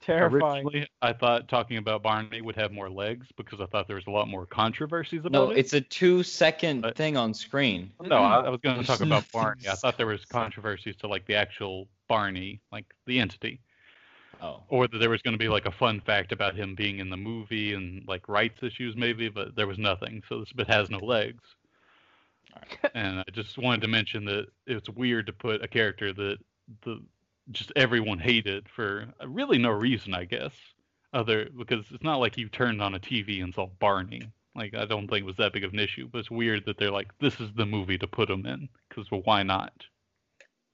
[SPEAKER 4] terrifying.
[SPEAKER 3] Originally, I thought talking about Barney would have more legs because I thought there was a lot more controversies about
[SPEAKER 2] No,
[SPEAKER 3] it.
[SPEAKER 2] it's a two-second
[SPEAKER 3] But-
[SPEAKER 2] thing on screen.
[SPEAKER 3] No,
[SPEAKER 5] *laughs*
[SPEAKER 3] I, I was going to
[SPEAKER 2] There's
[SPEAKER 3] talk
[SPEAKER 2] *laughs*
[SPEAKER 3] about
[SPEAKER 2] nothing
[SPEAKER 3] Barney. I
[SPEAKER 2] s-
[SPEAKER 3] thought there was controversies to like the actual Barney, like the entity,
[SPEAKER 2] Oh,
[SPEAKER 3] or that there was going to be like a fun fact about him being in the movie and like rights issues maybe, but there was nothing. So this bit has no legs. and I just wanted to mention that it's weird to put a character that the just everyone hated for uh, really no reason, I guess. Other because it's not like you turned on a TV and saw Barney. Like I don't think it was that big of an issue, but it's weird that they're like, this is the movie to put him in because well, why not?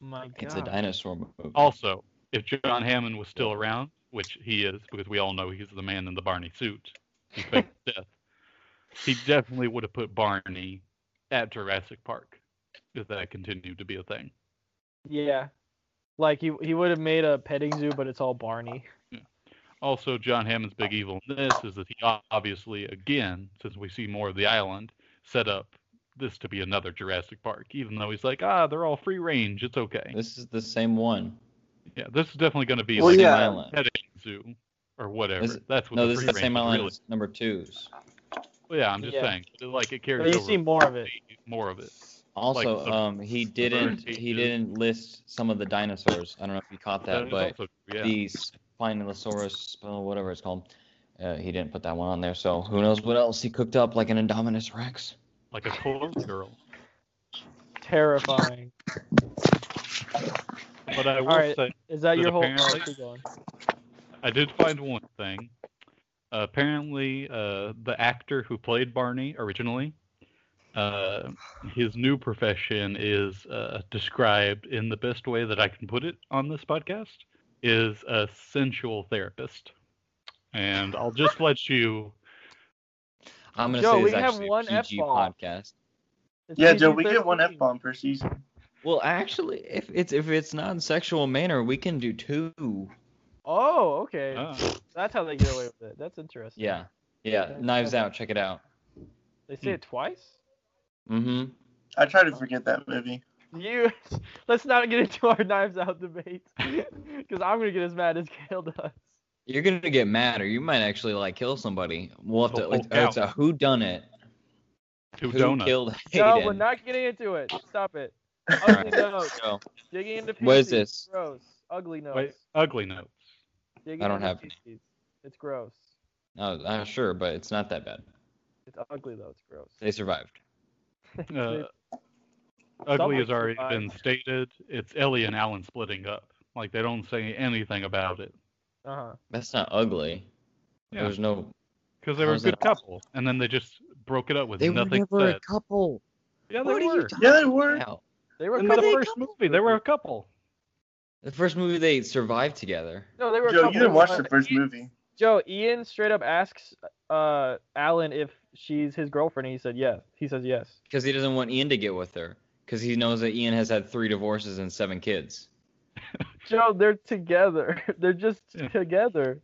[SPEAKER 4] My God.
[SPEAKER 2] Oh, it's a dinosaur movie.
[SPEAKER 3] Also, if John Hammond was still around, which he is, because we all know he's the man in the Barney suit, he faked death. He definitely would have put Barney at Jurassic Park if that continued to be a thing.
[SPEAKER 4] yeah, like he he would have made a petting zoo, but it's all Barney.
[SPEAKER 3] Also, John Hammond's big evil in this is that he obviously, again, since we see more of the island, set up this to be another Jurassic Park, even though he's like, ah, they're all free range, it's okay.
[SPEAKER 2] this is the same one.
[SPEAKER 3] Yeah, this is definitely going to be
[SPEAKER 5] Well,
[SPEAKER 3] like
[SPEAKER 5] yeah.
[SPEAKER 2] Same island.
[SPEAKER 3] a petting zoo or whatever.
[SPEAKER 2] This-
[SPEAKER 3] That's what
[SPEAKER 2] No,
[SPEAKER 3] the
[SPEAKER 2] this is
[SPEAKER 3] free
[SPEAKER 2] the same
[SPEAKER 3] range
[SPEAKER 2] island
[SPEAKER 3] really-
[SPEAKER 2] as number two's.
[SPEAKER 3] Well, yeah, I'm just
[SPEAKER 4] Yeah.
[SPEAKER 3] saying, like it carries
[SPEAKER 4] But you
[SPEAKER 3] over
[SPEAKER 4] see more of it.
[SPEAKER 3] more of it.
[SPEAKER 2] Also,
[SPEAKER 3] Like the-
[SPEAKER 2] um, he didn't he
[SPEAKER 3] pages.
[SPEAKER 2] didn't list some of the dinosaurs. I don't know if you caught that,
[SPEAKER 3] is
[SPEAKER 2] but
[SPEAKER 3] also, yeah.
[SPEAKER 2] the Spinosaurus, oh, whatever it's called. Uh, he didn't put that one on there, so who knows what else he cooked up, like an Indominus Rex.
[SPEAKER 3] like
[SPEAKER 2] *laughs*
[SPEAKER 3] a clone girl.
[SPEAKER 4] Terrifying.
[SPEAKER 3] But I will
[SPEAKER 4] Alright.
[SPEAKER 3] say,
[SPEAKER 4] Is that
[SPEAKER 3] There's
[SPEAKER 4] your whole? Oh,
[SPEAKER 3] apparently-
[SPEAKER 4] keep going.
[SPEAKER 3] I did find one thing. Uh, apparently, uh, the actor who played Barney originally, uh, his new profession is uh, described in the best way that I can put it on this podcast is a sensual therapist. And I'll just
[SPEAKER 2] *laughs*
[SPEAKER 3] let you.
[SPEAKER 2] I'm gonna
[SPEAKER 4] Joe,
[SPEAKER 2] say this
[SPEAKER 4] we
[SPEAKER 2] is
[SPEAKER 4] have
[SPEAKER 2] actually
[SPEAKER 4] one
[SPEAKER 2] a PG
[SPEAKER 4] F-bomb.
[SPEAKER 2] podcast.
[SPEAKER 4] It's
[SPEAKER 5] Yeah, Joe, we get
[SPEAKER 4] PG-13.
[SPEAKER 5] one F bomb per season.
[SPEAKER 2] Well, actually, if it's if it's non-sexual manner, we can do two.
[SPEAKER 4] Oh, okay.
[SPEAKER 3] Uh,
[SPEAKER 4] That's how they get away with it. That's interesting.
[SPEAKER 2] Yeah, yeah. Knives Out. Check it out.
[SPEAKER 4] They say it twice.
[SPEAKER 2] Mm-hmm.
[SPEAKER 5] I try to forget that movie.
[SPEAKER 4] You. *laughs* Let's not get into our knives out debate, *laughs* because I'm gonna get as mad as Kale does.
[SPEAKER 2] You're gonna get mad, or you might actually like kill somebody. We'll have to.
[SPEAKER 3] Oh,
[SPEAKER 2] It's,
[SPEAKER 3] cow.
[SPEAKER 2] it's a who done it.
[SPEAKER 3] two
[SPEAKER 2] Who
[SPEAKER 3] donuts.
[SPEAKER 2] killed
[SPEAKER 4] No,
[SPEAKER 2] Hayden?
[SPEAKER 4] we're not getting into it.
[SPEAKER 2] *laughs*
[SPEAKER 4] Stop it.
[SPEAKER 2] right.
[SPEAKER 4] Ugly notes.
[SPEAKER 2] Joe,
[SPEAKER 4] Digging into pieces.
[SPEAKER 2] What is this?
[SPEAKER 4] Gross. Ugly notes.
[SPEAKER 3] Wait, ugly notes.
[SPEAKER 4] Digging
[SPEAKER 2] I don't
[SPEAKER 4] into
[SPEAKER 2] have any.
[SPEAKER 4] pieces. It's gross.
[SPEAKER 2] No, I'm uh, sure, but it's not that bad.
[SPEAKER 4] It's ugly though. It's gross.
[SPEAKER 2] They survived.
[SPEAKER 3] Uh, ugly has
[SPEAKER 4] Someone
[SPEAKER 3] already
[SPEAKER 4] survived.
[SPEAKER 3] been stated. It's Ellie and Alan splitting up. Like they don't say anything about it
[SPEAKER 4] Uh huh.
[SPEAKER 2] That's not ugly.
[SPEAKER 3] Yeah.
[SPEAKER 2] There was no
[SPEAKER 3] because they were a
[SPEAKER 2] How's that
[SPEAKER 3] good couple, and then they just broke it up with
[SPEAKER 2] They were
[SPEAKER 3] nothing
[SPEAKER 2] never
[SPEAKER 3] said.
[SPEAKER 2] a couple.
[SPEAKER 3] Yeah, Oh, they
[SPEAKER 2] What are
[SPEAKER 3] were.
[SPEAKER 2] you
[SPEAKER 5] Yeah, they were.
[SPEAKER 2] talking about?
[SPEAKER 4] They were.
[SPEAKER 3] In
[SPEAKER 2] Were
[SPEAKER 3] the
[SPEAKER 4] couple-
[SPEAKER 2] they a
[SPEAKER 3] first
[SPEAKER 2] couple?
[SPEAKER 3] movie, they were a couple.
[SPEAKER 2] The first movie they survived together.
[SPEAKER 4] No, they were. a
[SPEAKER 5] Joe,
[SPEAKER 4] couple.
[SPEAKER 5] you didn't watch the
[SPEAKER 4] Uh,
[SPEAKER 5] first
[SPEAKER 4] Ian-
[SPEAKER 5] movie.
[SPEAKER 4] Joe, Ian straight up asks uh Alan if she's his girlfriend, and he said yes. He says yes.
[SPEAKER 2] Because he doesn't want Ian to get with her. Because he knows that Ian has had three divorces and seven kids.
[SPEAKER 4] Joe, they're
[SPEAKER 2] *laughs*
[SPEAKER 4] together. they're just
[SPEAKER 3] Yeah.
[SPEAKER 4] together.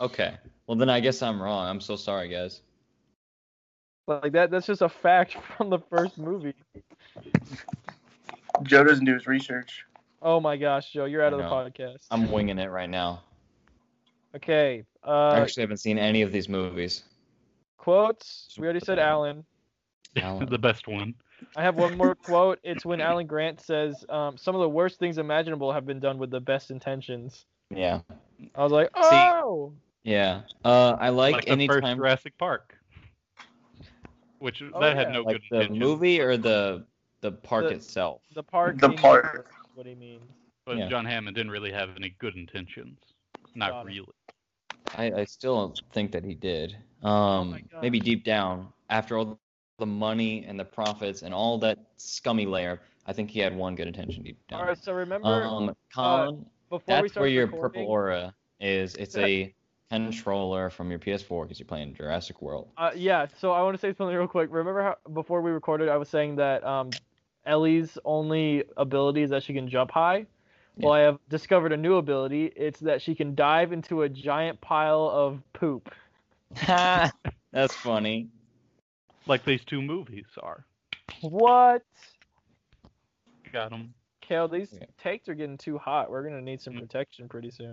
[SPEAKER 2] Okay. Well, then I guess I'm wrong. I'm so sorry, guys.
[SPEAKER 4] Like that. That's just a fact *laughs* from the first movie.
[SPEAKER 5] Joe doesn't do his research.
[SPEAKER 4] Oh my gosh, Joe, you're out of the
[SPEAKER 2] No.
[SPEAKER 4] podcast.
[SPEAKER 2] I'm winging it right now.
[SPEAKER 4] Okay.
[SPEAKER 2] I
[SPEAKER 4] Uh,
[SPEAKER 2] actually haven't seen any of these movies.
[SPEAKER 4] quotes. We already said Alan.
[SPEAKER 2] Alan.
[SPEAKER 3] *laughs* the best one.
[SPEAKER 4] I have one more quote. It's when Alan Grant says, um, "Some of the worst things imaginable have been done with the best intentions."
[SPEAKER 2] Yeah.
[SPEAKER 4] I was like, "Oh,
[SPEAKER 2] Yeah. Uh, I like,
[SPEAKER 3] Like, the
[SPEAKER 2] any
[SPEAKER 3] first
[SPEAKER 2] time.
[SPEAKER 3] Jurassic Park. which
[SPEAKER 4] Oh,
[SPEAKER 3] that had
[SPEAKER 4] yeah.
[SPEAKER 3] no
[SPEAKER 2] Like
[SPEAKER 3] good
[SPEAKER 2] the
[SPEAKER 3] intention.
[SPEAKER 2] movie or the the park
[SPEAKER 4] The-
[SPEAKER 2] itself?
[SPEAKER 4] The park.
[SPEAKER 5] The
[SPEAKER 4] he means
[SPEAKER 5] park.
[SPEAKER 4] What he means.
[SPEAKER 3] But
[SPEAKER 2] Yeah.
[SPEAKER 3] John Hammond didn't really have any good intentions. Not
[SPEAKER 4] Got it.
[SPEAKER 3] really.
[SPEAKER 2] I, I still think that he did.
[SPEAKER 4] Oh my
[SPEAKER 2] Um,
[SPEAKER 4] God.
[SPEAKER 2] maybe deep down, after all the money and the profits and all that scummy layer, I think he had one good intention deep down.
[SPEAKER 4] All right. So remember uh,
[SPEAKER 2] um, Colin,
[SPEAKER 4] before we
[SPEAKER 2] that's
[SPEAKER 4] start
[SPEAKER 2] where your
[SPEAKER 4] recording,
[SPEAKER 2] purple aura is. It's a controller from your PS4 because you're playing Jurassic World.
[SPEAKER 4] Uh, yeah, so I want to say something real quick. Remember how before we recorded, I was saying that um, Ellie's only ability is that she can jump high. Well, I have discovered a new ability. It's that she can dive into a giant pile of poop.
[SPEAKER 2] *laughs* that's funny.
[SPEAKER 3] Like these two movies are.
[SPEAKER 4] What?
[SPEAKER 3] Got them.
[SPEAKER 4] Kale, these
[SPEAKER 2] Yeah.
[SPEAKER 4] takes are getting too hot. We're gonna need some
[SPEAKER 3] Mm.
[SPEAKER 4] protection pretty soon.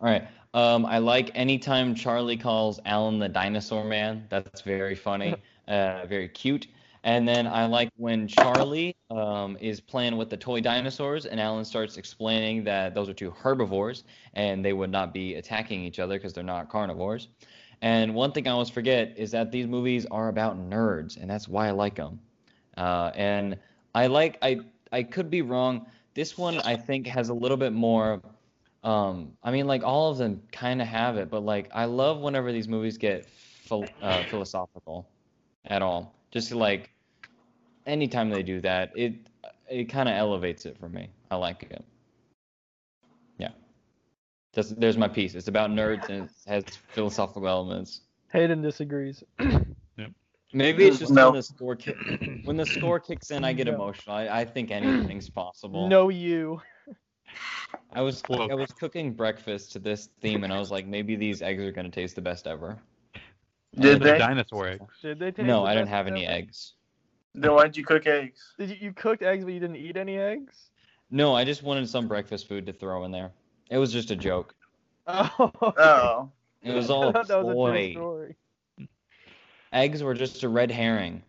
[SPEAKER 2] All right. Um, I like anytime Charlie calls Alan the dinosaur man. That's very funny, uh, very cute. And then I like when Charlie um, is playing with the toy dinosaurs, and Alan starts explaining that those are two herbivores and they would not be attacking each other because they're not carnivores. And one thing I always forget is that these movies are about nerds, and that's why I like them. Uh, and I like I I could be wrong. This one I think has a little bit more um, I mean, like all of them kind of have it, but like I love whenever these movies get phil- uh, philosophical at all. Just like anytime they do that, it it kind of elevates it for me. I like it. Yeah. That's, there's my piece. It's about nerds and it has philosophical elements.
[SPEAKER 4] Hayden disagrees.
[SPEAKER 2] Maybe it's just
[SPEAKER 5] No.
[SPEAKER 2] when the score kick, when the score kicks in, I get
[SPEAKER 4] No.
[SPEAKER 2] emotional. I, I think anything's possible.
[SPEAKER 4] No, you.
[SPEAKER 2] I was
[SPEAKER 3] Whoa.
[SPEAKER 2] I was cooking breakfast to this theme, and I was like, maybe these eggs are gonna taste the best ever.
[SPEAKER 5] Did
[SPEAKER 3] They're
[SPEAKER 5] they?
[SPEAKER 3] dinosaur eggs.
[SPEAKER 4] Did they take
[SPEAKER 2] No,
[SPEAKER 4] the
[SPEAKER 2] I don't
[SPEAKER 4] best
[SPEAKER 2] have any
[SPEAKER 4] ever?
[SPEAKER 2] eggs.
[SPEAKER 5] Then why'd you cook eggs?
[SPEAKER 4] Did you, you cooked eggs, but you didn't eat any eggs? *laughs*
[SPEAKER 2] No, I just wanted some breakfast food to throw in there. It was just a joke.
[SPEAKER 4] Oh.
[SPEAKER 5] Oh,
[SPEAKER 2] It was
[SPEAKER 4] I
[SPEAKER 2] all
[SPEAKER 4] thought *laughs* that was a true
[SPEAKER 2] boy.
[SPEAKER 4] story.
[SPEAKER 2] Eggs were just a red herring.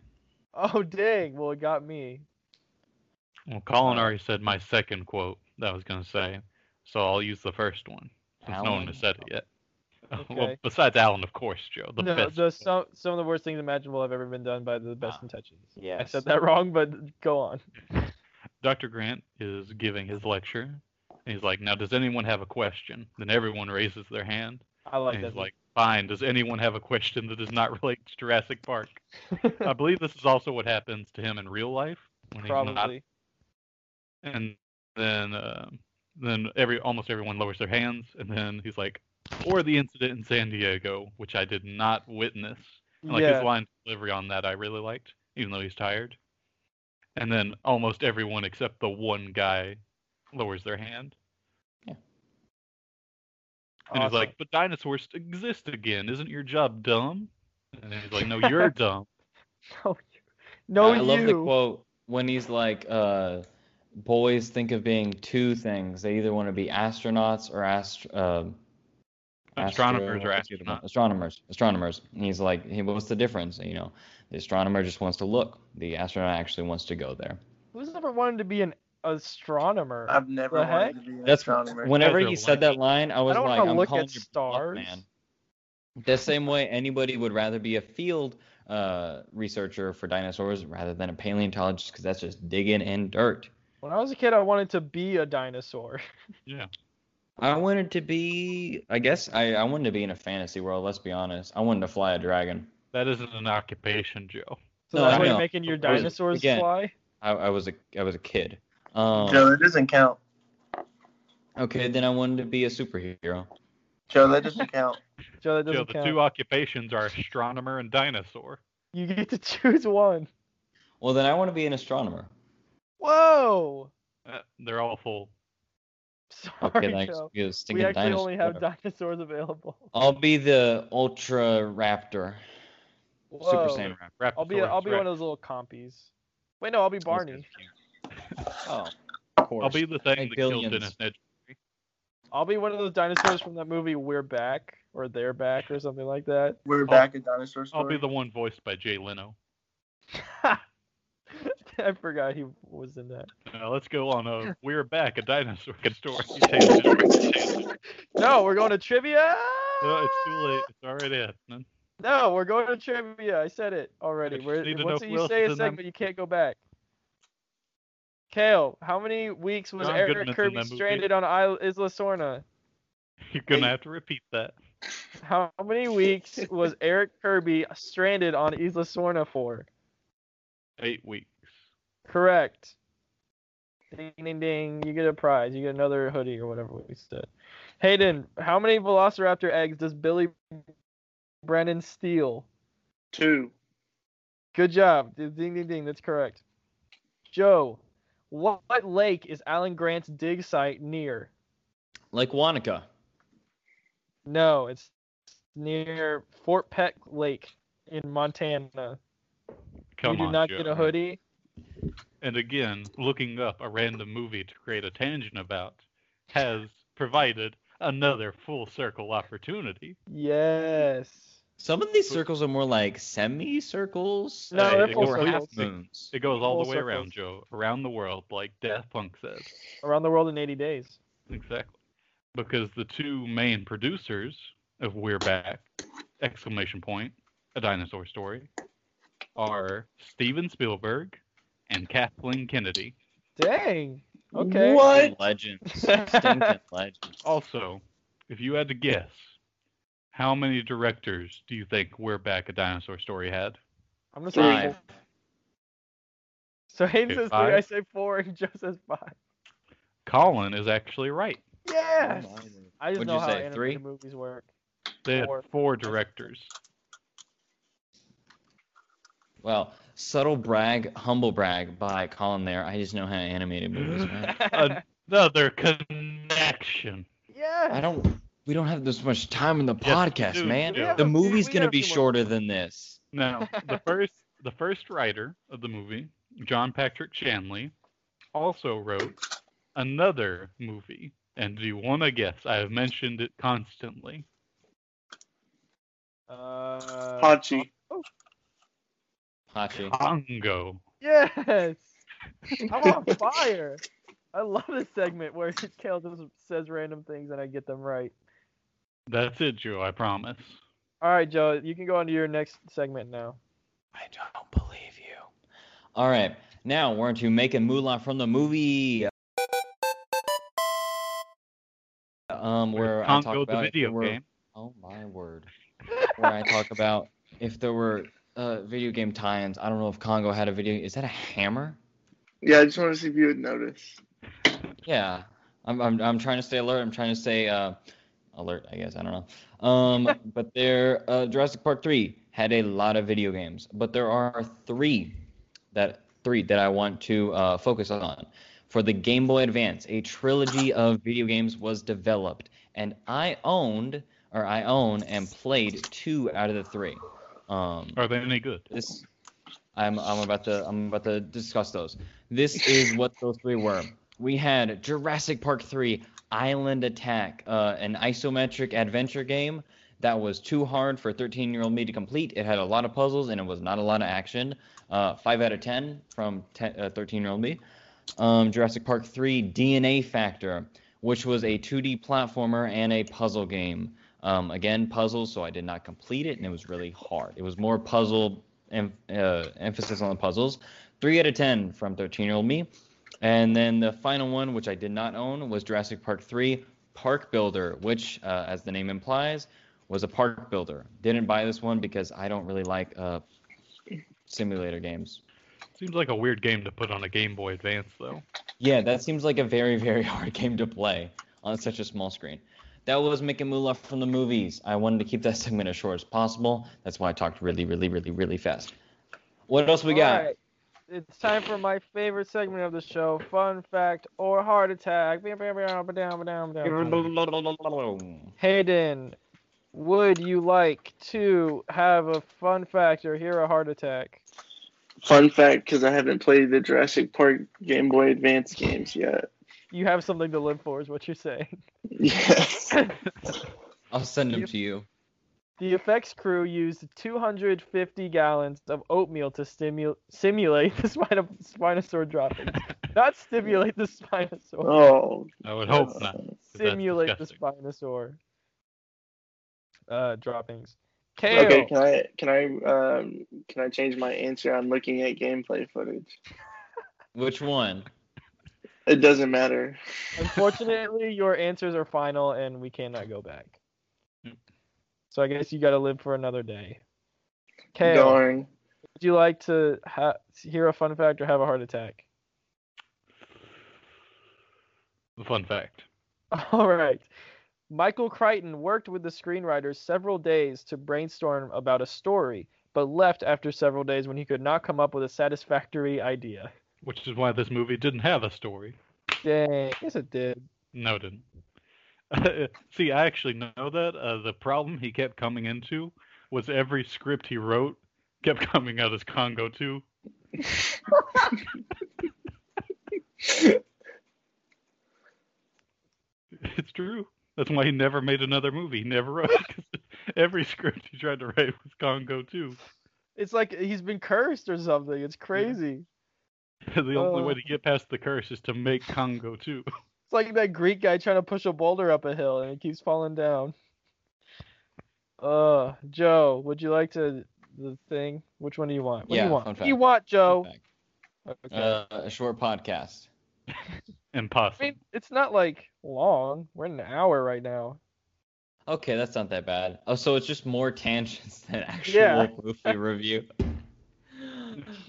[SPEAKER 4] Oh dang! Well, it got me.
[SPEAKER 3] Well, Colin already said my second quote that I was going to say, so I'll use the first one since no one
[SPEAKER 2] Alan.
[SPEAKER 3] has said it yet. *laughs* well,
[SPEAKER 4] Okay.
[SPEAKER 3] besides Alan, of course, Joe. The
[SPEAKER 4] no,
[SPEAKER 3] best.
[SPEAKER 4] the, some some of the worst things imaginable have ever been done by the best
[SPEAKER 3] Ah,
[SPEAKER 4] intentions. I
[SPEAKER 1] Yes.
[SPEAKER 4] said that *laughs* wrong, but go on.
[SPEAKER 3] Dr. Grant is giving his lecture. And he's like, now, does anyone have a question? Then everyone raises their hand.
[SPEAKER 4] I like
[SPEAKER 3] and
[SPEAKER 4] that.
[SPEAKER 3] he's like, fine, does anyone have a question that does not *laughs* relate to Jurassic
[SPEAKER 4] *laughs*
[SPEAKER 3] Park? I believe this is also what happens to him in real life. When He's not
[SPEAKER 4] probably.
[SPEAKER 3] and then um then every almost everyone lowers their hands, and then he's like, "Or the incident in San Diego, which I did not witness." And, like
[SPEAKER 4] yeah.
[SPEAKER 3] his line delivery on that, I really liked, even though he's tired. And then almost everyone except the one guy lowers their hand, and he's
[SPEAKER 5] awesome.
[SPEAKER 3] like, "But dinosaurs exist again. Isn't your job dumb?" And he's like, "No, you're dumb."
[SPEAKER 4] no, you. No,
[SPEAKER 2] I love the
[SPEAKER 4] you.
[SPEAKER 2] quote when he's like, uh, "Boys think of being two things. They either want to be astronauts or ast- uh,
[SPEAKER 3] Astronomers or
[SPEAKER 2] astro-
[SPEAKER 3] astronauts.
[SPEAKER 2] astronomers, astronomers." And he's like, "Hey, what's the difference? You know, the astronomer just wants to look. The astronaut actually wants to go there."
[SPEAKER 4] Who's ever wanted to be an astronomer?
[SPEAKER 5] I've never
[SPEAKER 4] The
[SPEAKER 5] wanted to be an
[SPEAKER 2] That's
[SPEAKER 5] astronomer.
[SPEAKER 2] whenever
[SPEAKER 3] Guys are
[SPEAKER 2] he said that line, I was
[SPEAKER 4] don't
[SPEAKER 2] like,
[SPEAKER 4] wanna
[SPEAKER 2] I'm
[SPEAKER 4] look
[SPEAKER 2] calling
[SPEAKER 4] at
[SPEAKER 2] your bluff,
[SPEAKER 4] stars.
[SPEAKER 2] man. *laughs* The same way anybody would rather be a field uh, researcher for dinosaurs rather than a paleontologist, because that's just digging in dirt.
[SPEAKER 4] when I was a kid, I wanted to be a dinosaur. *laughs*
[SPEAKER 3] Yeah,
[SPEAKER 2] I wanted to be, I guess, I, I wanted to be in a fantasy world. Let's be honest, I wanted to fly a dragon.
[SPEAKER 3] that isn't an occupation, Joe.
[SPEAKER 4] So
[SPEAKER 2] No,
[SPEAKER 4] that's
[SPEAKER 2] I
[SPEAKER 4] why you're
[SPEAKER 2] know.
[SPEAKER 4] making your
[SPEAKER 2] But it was-
[SPEAKER 4] dinosaurs
[SPEAKER 2] again-
[SPEAKER 4] fly.
[SPEAKER 2] I, I was a, I was a kid. Um,
[SPEAKER 5] Joe, that doesn't count.
[SPEAKER 2] okay, then I wanted to be a superhero.
[SPEAKER 5] Joe, that doesn't count.
[SPEAKER 4] Joe, that
[SPEAKER 3] Joe,
[SPEAKER 4] doesn't
[SPEAKER 3] the
[SPEAKER 4] count.
[SPEAKER 3] two occupations are astronomer and dinosaur.
[SPEAKER 4] You get to *laughs* choose one.
[SPEAKER 2] Well, then I want to be an
[SPEAKER 4] *laughs*
[SPEAKER 2] astronomer.
[SPEAKER 4] Whoa!
[SPEAKER 3] Uh, they're all full.
[SPEAKER 4] *laughs* Sorry,
[SPEAKER 2] Okay, thanks.
[SPEAKER 4] Joe.
[SPEAKER 2] You
[SPEAKER 4] We
[SPEAKER 2] stinking
[SPEAKER 4] actually
[SPEAKER 2] dinosaur.
[SPEAKER 4] only have dinosaurs available.
[SPEAKER 2] I'll be the ultra raptor,
[SPEAKER 4] Whoa.
[SPEAKER 2] super saiyan raptor.
[SPEAKER 4] I'll be I'll be one of those little compies. Wait, no, I'll be Barney.
[SPEAKER 2] Oh, of course.
[SPEAKER 3] I'll be the thing
[SPEAKER 2] Like
[SPEAKER 3] that
[SPEAKER 2] billions.
[SPEAKER 3] killed Dennis Nedry.
[SPEAKER 4] I'll be one of those dinosaurs from that movie We're Back or They're Back or something like that. *laughs*
[SPEAKER 3] *laughs*
[SPEAKER 5] We're back at dinosaur
[SPEAKER 3] Oh. I'll
[SPEAKER 5] story.
[SPEAKER 3] be the one voiced by Jay Leno.
[SPEAKER 4] I forgot he was in that.
[SPEAKER 3] Now, Uh, let's go on a
[SPEAKER 4] *laughs*
[SPEAKER 3] We're Back, a dinosaur *laughs* story. You take it.
[SPEAKER 4] No, we're going to trivia.
[SPEAKER 3] No, it's too late. It's already happening.
[SPEAKER 4] No, we're going to trivia. I said it already.
[SPEAKER 3] just
[SPEAKER 4] We're,
[SPEAKER 3] need to
[SPEAKER 4] once
[SPEAKER 3] know who
[SPEAKER 4] you
[SPEAKER 3] else
[SPEAKER 4] say
[SPEAKER 3] is
[SPEAKER 4] a
[SPEAKER 3] in that
[SPEAKER 4] segment, you can't go back. Kale, how many weeks was
[SPEAKER 3] John
[SPEAKER 4] Eric
[SPEAKER 3] Goodman's in
[SPEAKER 4] Kirby
[SPEAKER 3] that movie.
[SPEAKER 4] stranded on Isla, Isla Sorna?
[SPEAKER 3] You're gonna have to repeat that.
[SPEAKER 4] How
[SPEAKER 3] *laughs*
[SPEAKER 4] many weeks was Eric Kirby stranded on Isla Sorna for?
[SPEAKER 3] Eight weeks.
[SPEAKER 4] Correct. Ding ding ding! You get a prize. You get another hoodie or whatever we said. Hayden, how many Velociraptor eggs does Billy Brennan steal?
[SPEAKER 5] Two.
[SPEAKER 4] Good job. Ding ding ding. That's correct. Joe, what, what lake is Alan Grant's dig site near?
[SPEAKER 2] Like Wanaka.
[SPEAKER 4] No, it's near Fort Peck Lake in Montana.
[SPEAKER 3] Come
[SPEAKER 4] you do
[SPEAKER 3] on,
[SPEAKER 4] not
[SPEAKER 3] Joe.
[SPEAKER 4] get a hoodie.
[SPEAKER 3] And again, looking up a random movie to create a tangent about has provided another full circle opportunity.
[SPEAKER 4] Yes.
[SPEAKER 2] Some of these circles are more like semicircles.
[SPEAKER 4] No,
[SPEAKER 2] uh,
[SPEAKER 3] they're full
[SPEAKER 2] or half
[SPEAKER 3] circles.
[SPEAKER 2] moons.
[SPEAKER 3] It goes all
[SPEAKER 4] Full
[SPEAKER 3] the way around,
[SPEAKER 4] circles.
[SPEAKER 3] Joe, around the world, like Daft Punk said.
[SPEAKER 4] Around the world in 80 days.
[SPEAKER 3] Exactly. Because the two main producers of We're Back, exclamation point, a dinosaur story, are Steven Spielberg and Kathleen Kennedy.
[SPEAKER 4] Dang. Okay.
[SPEAKER 5] What?
[SPEAKER 2] Legends. Stinking legends.
[SPEAKER 3] Also, if you had to guess, how many directors do you think We're Back, a dinosaur story had?
[SPEAKER 4] I'm gonna say
[SPEAKER 2] Five.
[SPEAKER 4] four. So Hayden
[SPEAKER 3] Okay,
[SPEAKER 4] says
[SPEAKER 3] five.
[SPEAKER 4] three, I say four, and Joe says *laughs* five.
[SPEAKER 3] Colin is actually right.
[SPEAKER 4] Yes.
[SPEAKER 2] Oh, my word.
[SPEAKER 4] I just
[SPEAKER 2] What'd
[SPEAKER 4] know
[SPEAKER 2] you
[SPEAKER 4] how
[SPEAKER 2] say,
[SPEAKER 4] animated
[SPEAKER 2] three?
[SPEAKER 4] movies work.
[SPEAKER 3] They had
[SPEAKER 4] Four.
[SPEAKER 3] four directors.
[SPEAKER 2] Well, subtle brag, humble brag by Colin there. I just know how animated movies
[SPEAKER 4] *laughs*
[SPEAKER 2] are.
[SPEAKER 3] *laughs* Another connection.
[SPEAKER 4] yes.
[SPEAKER 2] *laughs* I don't. We don't have this much time in the
[SPEAKER 3] Yes,
[SPEAKER 2] podcast,
[SPEAKER 3] dude,
[SPEAKER 2] man.
[SPEAKER 3] dude.
[SPEAKER 4] We have
[SPEAKER 2] The
[SPEAKER 4] a few-
[SPEAKER 2] movie's
[SPEAKER 4] we
[SPEAKER 2] gonna
[SPEAKER 4] have
[SPEAKER 2] be
[SPEAKER 4] a few more.
[SPEAKER 2] shorter than this.
[SPEAKER 3] Now, the first the first writer of the movie, John Patrick Shanley, also wrote another movie. And do you want to guess? I have mentioned it constantly.
[SPEAKER 4] Uh,
[SPEAKER 5] Hachi.
[SPEAKER 2] Hachi.
[SPEAKER 3] Congo.
[SPEAKER 4] Yes. I'm on *laughs* fire. I love this segment where *laughs* Kale just says random things and I get them right.
[SPEAKER 3] That's it, Joe. I promise.
[SPEAKER 4] All right, Joe, you can go on to your next segment now.
[SPEAKER 2] I don't believe you. All right, now we're into making moolah from the movie. Um, where I talk
[SPEAKER 3] Congo, the
[SPEAKER 2] about if there
[SPEAKER 3] video
[SPEAKER 2] were-
[SPEAKER 3] game.
[SPEAKER 2] Oh my word! where I talk about if there were uh, video game tie-ins. I don't know if Congo had a video. Is that a hammer?
[SPEAKER 5] Yeah, I just want to see if you would notice.
[SPEAKER 2] Yeah, I'm I'm I'm trying to stay alert. I'm trying to stay uh, alert. I guess I don't know. Um, but there, uh, Jurassic Park three had a lot of video games, but there are three that three that I want to uh, focus on. For the Game Boy Advance, a trilogy of video games was developed, and I owned or I own and played two out of the three. Um,
[SPEAKER 3] Are they any good?
[SPEAKER 2] this I'm I'm about to I'm about to discuss those. This is what those three were. We had Jurassic Park 3 Island Attack, uh, an isometric adventure game that was too hard for 13 year old me to complete. It had a lot of puzzles and it was not a lot of action. Uh, 5 out of 10 from 13 year old me. Um, Jurassic Park 3 DNA Factor, which was a 2D platformer and a puzzle game. Um, again, puzzles, so I did not complete it and it was really hard. It was more puzzle em- uh, emphasis on the puzzles. Three out of ten from thirteen-year-old me. And then the final one, which I did not own, was Jurassic Park Three: Park Builder, which, uh, as the name implies, was a park builder. Didn't buy this one because I don't really like uh, simulator games.
[SPEAKER 3] Seems like a weird game to put on a Game Boy Advance, though.
[SPEAKER 2] Yeah, that seems like a very, very *laughs* hard game to play on such a small screen. That was Mick and Moolah from the movies. I wanted to keep that *laughs* segment as short as possible. That's why I talked really, really, really, really fast. What else we
[SPEAKER 4] All
[SPEAKER 2] got?
[SPEAKER 4] right. It's time for my favorite segment of the show: fun fact or heart attack. Bam, bam, bam, ba, down, ba, down, ba, down. Hayden, would you like to have a fun fact or hear a heart attack?
[SPEAKER 5] Fun fact, because I haven't played the Jurassic Park Game Boy Advance games yet. *laughs*
[SPEAKER 4] You have something to live for, is what you're saying. *laughs*
[SPEAKER 5] Yes.
[SPEAKER 2] I'll send them to you.
[SPEAKER 4] The effects crew used 250 gallons of oatmeal to stimu- simulate *laughs* the spino- spinosaur dropping.
[SPEAKER 5] *laughs*
[SPEAKER 4] Not stimulate the spinosaur.
[SPEAKER 5] Oh,
[SPEAKER 3] I would hope not. that's
[SPEAKER 4] simulate the
[SPEAKER 3] disgusting.
[SPEAKER 4] spinosaur uh, droppings. Kale.
[SPEAKER 5] Okay, can I can I um, can I change my answer? I'm looking at gameplay footage.
[SPEAKER 2] Which one?
[SPEAKER 5] It doesn't matter.
[SPEAKER 4] Unfortunately, your answers are final and we cannot go back. So I guess you got to live for another day. Kale,
[SPEAKER 5] Darn.
[SPEAKER 4] would you like to ha- hear a fun fact or have a heart attack? *laughs*
[SPEAKER 3] Fun fact.
[SPEAKER 4] All right. Michael Crichton worked with the screenwriters several days to brainstorm about a story, but left after several days when he could not come up with a satisfactory idea.
[SPEAKER 3] Which is why this movie didn't have a story.
[SPEAKER 4] Dang, yes it did.
[SPEAKER 3] No, it didn't. *laughs* See, I actually know that. Uh, the problem he kept coming into was every script he wrote kept *laughs* coming out as Congo 2. It's true. That's why he never made another movie. He never wrote. 'cause *laughs* every script he tried to write was Congo 2.
[SPEAKER 4] It's like he's been cursed or something. It's crazy.
[SPEAKER 3] *laughs* the only
[SPEAKER 4] Oh.
[SPEAKER 3] way to get past the curse is to make Congo 2.
[SPEAKER 4] It's like that Greek guy trying to push a boulder up a hill and it keeps falling down. Uh, Joe, would you like to the thing? Which one do you want? What do
[SPEAKER 2] Yeah,
[SPEAKER 4] you want?
[SPEAKER 2] fun
[SPEAKER 4] What do you
[SPEAKER 2] fact.
[SPEAKER 4] want, Joe?
[SPEAKER 2] Back.
[SPEAKER 4] Okay.
[SPEAKER 2] Uh, a short podcast.
[SPEAKER 4] I
[SPEAKER 3] *laughs* Impossible.
[SPEAKER 4] mean, it's not like long. We're in an hour right now.
[SPEAKER 2] Okay, that's not that bad. Oh, so it's just more *laughs* tangents than actual
[SPEAKER 4] Yeah.
[SPEAKER 2] *laughs* movie review.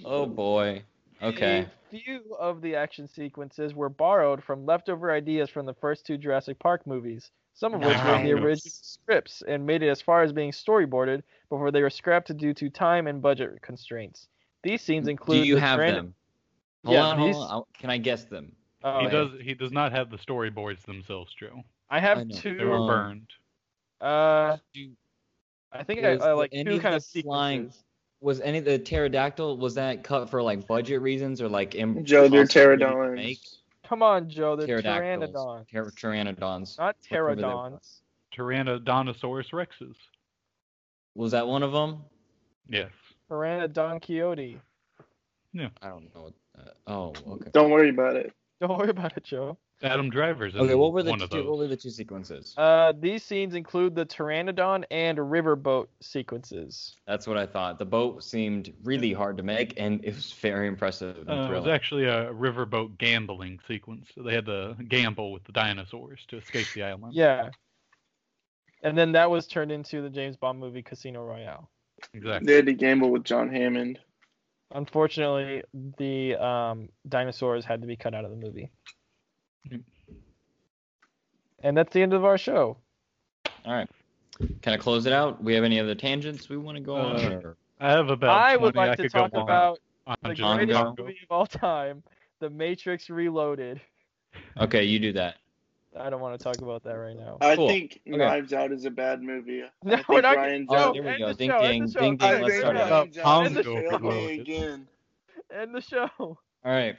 [SPEAKER 2] Oh boy. Okay.
[SPEAKER 4] A few of the action sequences were borrowed from leftover ideas from the first two Jurassic Park movies, some of which were in the
[SPEAKER 5] Nice.
[SPEAKER 4] original scripts and made it as far as being storyboarded before they were scrapped due to time and budget constraints. These scenes include
[SPEAKER 2] Do you
[SPEAKER 4] the
[SPEAKER 2] have
[SPEAKER 4] Tyranno-
[SPEAKER 2] them? Hold
[SPEAKER 4] Yeah,
[SPEAKER 2] on, hold
[SPEAKER 4] these-
[SPEAKER 2] on. I- Can I guess them?
[SPEAKER 4] Oh,
[SPEAKER 3] he
[SPEAKER 4] yeah.
[SPEAKER 3] does. He does not have the storyboards themselves, Joe.
[SPEAKER 4] I
[SPEAKER 2] I
[SPEAKER 4] have
[SPEAKER 2] know.
[SPEAKER 3] They were
[SPEAKER 4] two.
[SPEAKER 2] Um,
[SPEAKER 3] burned.
[SPEAKER 4] Uh,
[SPEAKER 2] Do-
[SPEAKER 4] I think I,
[SPEAKER 2] was
[SPEAKER 4] I like
[SPEAKER 2] any
[SPEAKER 4] two
[SPEAKER 2] of
[SPEAKER 4] kind
[SPEAKER 2] the
[SPEAKER 4] of
[SPEAKER 2] flying-
[SPEAKER 4] sequences.
[SPEAKER 2] Was any the pterodactyl was that cut for like budget reasons or like im-
[SPEAKER 5] Joe, they're
[SPEAKER 2] impossible to make?
[SPEAKER 5] pterodons.
[SPEAKER 4] Come on, Joe. Oh, They're
[SPEAKER 2] Pterodactyls.
[SPEAKER 4] pteranodons,
[SPEAKER 2] Pter- pteranodons.
[SPEAKER 4] not
[SPEAKER 2] Whatever they were.
[SPEAKER 4] pterodons.
[SPEAKER 3] Tyrannodonosaurus rexes.
[SPEAKER 2] Was that one of them?
[SPEAKER 3] Yes.
[SPEAKER 4] Pteranodon Quixote.
[SPEAKER 2] I don't know. What, uh, oh, okay.
[SPEAKER 5] Don't worry about it.
[SPEAKER 4] *laughs* Don't worry about it, Joe.
[SPEAKER 3] Adam Driver's. in
[SPEAKER 2] Okay, what were the
[SPEAKER 3] one of
[SPEAKER 2] two? What
[SPEAKER 3] those.
[SPEAKER 2] were the two sequences?
[SPEAKER 4] Uh, these scenes include the pteranodon and riverboat sequences.
[SPEAKER 2] That's what I thought. The boat seemed really hard to make, and it was very impressive. And
[SPEAKER 3] Uh, it was
[SPEAKER 2] thrilling.
[SPEAKER 3] actually a riverboat gambling sequence. They had to gamble with the dinosaurs to escape the island.
[SPEAKER 4] Yeah. And then that was turned into the James Bond movie Casino Royale.
[SPEAKER 3] exactly.
[SPEAKER 5] They had to gamble with John Hammond.
[SPEAKER 4] Unfortunately, the um, dinosaurs had to be cut out of the movie.
[SPEAKER 2] Hmm.
[SPEAKER 3] Mm.
[SPEAKER 4] And that's the end of our show.
[SPEAKER 2] All right. Can I close it out? We have any other tangents we want to go on?
[SPEAKER 3] Uh,
[SPEAKER 2] or-
[SPEAKER 3] I have about.
[SPEAKER 4] I
[SPEAKER 3] 20
[SPEAKER 4] would like
[SPEAKER 3] I
[SPEAKER 4] to
[SPEAKER 3] could go
[SPEAKER 4] talk
[SPEAKER 3] on.
[SPEAKER 4] about
[SPEAKER 3] I'm
[SPEAKER 4] the
[SPEAKER 3] just gonna
[SPEAKER 2] Congo.
[SPEAKER 4] greatest
[SPEAKER 3] go.
[SPEAKER 4] movie of all time, The Matrix Reloaded.
[SPEAKER 2] Okay, you do that.
[SPEAKER 4] I don't want to talk about that right now.
[SPEAKER 5] I
[SPEAKER 2] Cool.
[SPEAKER 5] think
[SPEAKER 2] Okay.
[SPEAKER 5] Knives Out is a bad movie.
[SPEAKER 4] No,
[SPEAKER 5] I think
[SPEAKER 4] we're not gonna-
[SPEAKER 5] Ryan
[SPEAKER 2] Oh,
[SPEAKER 4] Joe,
[SPEAKER 5] Johnson.
[SPEAKER 2] there we
[SPEAKER 4] end
[SPEAKER 2] go.
[SPEAKER 4] the
[SPEAKER 2] Ding
[SPEAKER 4] show,
[SPEAKER 2] ding,
[SPEAKER 4] end the
[SPEAKER 2] ding
[SPEAKER 4] show.
[SPEAKER 2] ding.
[SPEAKER 5] I
[SPEAKER 4] Alright,
[SPEAKER 2] Let's
[SPEAKER 5] think
[SPEAKER 2] start it.
[SPEAKER 4] Ryan.
[SPEAKER 5] Ryan
[SPEAKER 3] Pound
[SPEAKER 5] Johnson
[SPEAKER 3] Go
[SPEAKER 5] failed me
[SPEAKER 3] promoted.
[SPEAKER 5] again.
[SPEAKER 4] End the show.
[SPEAKER 2] All right.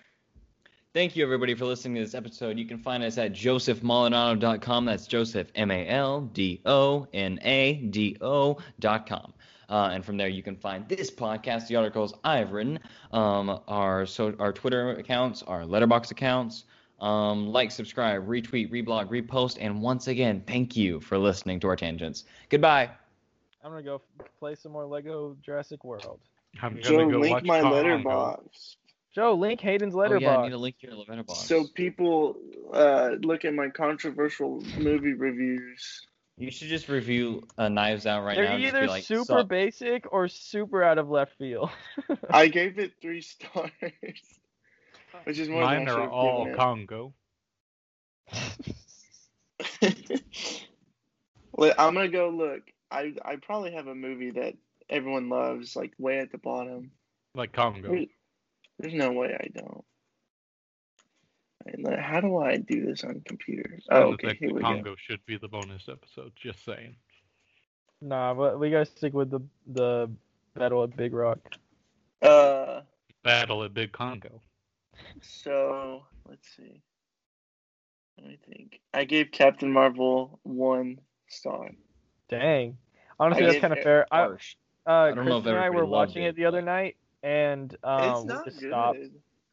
[SPEAKER 2] Thank you, everybody, for listening to this episode. You can find us at josephmaldonado.com. That's Joseph, M A L D O N A D O dot com. Uh, and from there, you can find this podcast, the articles I've written, um, our so our Twitter accounts, our Letterbox accounts. Um, like, subscribe, retweet, reblog, repost, and once again, thank you for listening to our tangents. Goodbye.
[SPEAKER 4] I'm gonna go f- play some more Lego Jurassic World.
[SPEAKER 3] I'm gonna
[SPEAKER 5] Joe,
[SPEAKER 3] go
[SPEAKER 5] link
[SPEAKER 3] watch
[SPEAKER 5] my
[SPEAKER 3] Congo.
[SPEAKER 5] letterbox.
[SPEAKER 4] Joe, link Hayden's
[SPEAKER 2] Oh,
[SPEAKER 4] letterbox.
[SPEAKER 2] yeah, I need to link your letterbox.
[SPEAKER 5] So people uh, look at my controversial movie reviews.
[SPEAKER 2] you should just review uh, Knives Out right
[SPEAKER 4] They're
[SPEAKER 2] now. and just be
[SPEAKER 4] either
[SPEAKER 2] like,
[SPEAKER 4] super
[SPEAKER 2] "Suck."
[SPEAKER 4] basic or super out of left
[SPEAKER 2] *laughs*
[SPEAKER 4] field.
[SPEAKER 5] I gave it three stars, *laughs* which is more
[SPEAKER 3] Mine
[SPEAKER 5] than I
[SPEAKER 3] are all
[SPEAKER 5] should
[SPEAKER 3] Congo.
[SPEAKER 5] have given it. Wait, I'm gonna go *laughs* look. I I probably have a movie that everyone loves, like way at the bottom.
[SPEAKER 3] Like Congo.
[SPEAKER 5] There's, there's no way I don't. Wait, let- How do I do this on computer?
[SPEAKER 3] I
[SPEAKER 5] Oh,
[SPEAKER 3] just
[SPEAKER 5] okay,
[SPEAKER 3] think
[SPEAKER 5] here we go.
[SPEAKER 3] Congo should be the bonus episode. Just saying.
[SPEAKER 4] nah, but we gotta stick with the the battle at Big Rock.
[SPEAKER 5] Uh,
[SPEAKER 3] Battle at Big Congo.
[SPEAKER 5] so let's see. Let me think. I gave Captain Marvel one star.
[SPEAKER 4] Dang. Honestly,
[SPEAKER 5] I
[SPEAKER 4] that's
[SPEAKER 5] gave
[SPEAKER 4] kind of
[SPEAKER 5] it
[SPEAKER 4] fair. I, uh,
[SPEAKER 2] Harsh.
[SPEAKER 4] I
[SPEAKER 2] don't know
[SPEAKER 4] Chris
[SPEAKER 2] if
[SPEAKER 4] and I were
[SPEAKER 2] everybody loved
[SPEAKER 4] watching
[SPEAKER 2] it,
[SPEAKER 4] it the other
[SPEAKER 2] but-
[SPEAKER 4] night, and um,
[SPEAKER 5] it's not
[SPEAKER 4] we just
[SPEAKER 5] good.
[SPEAKER 4] stopped.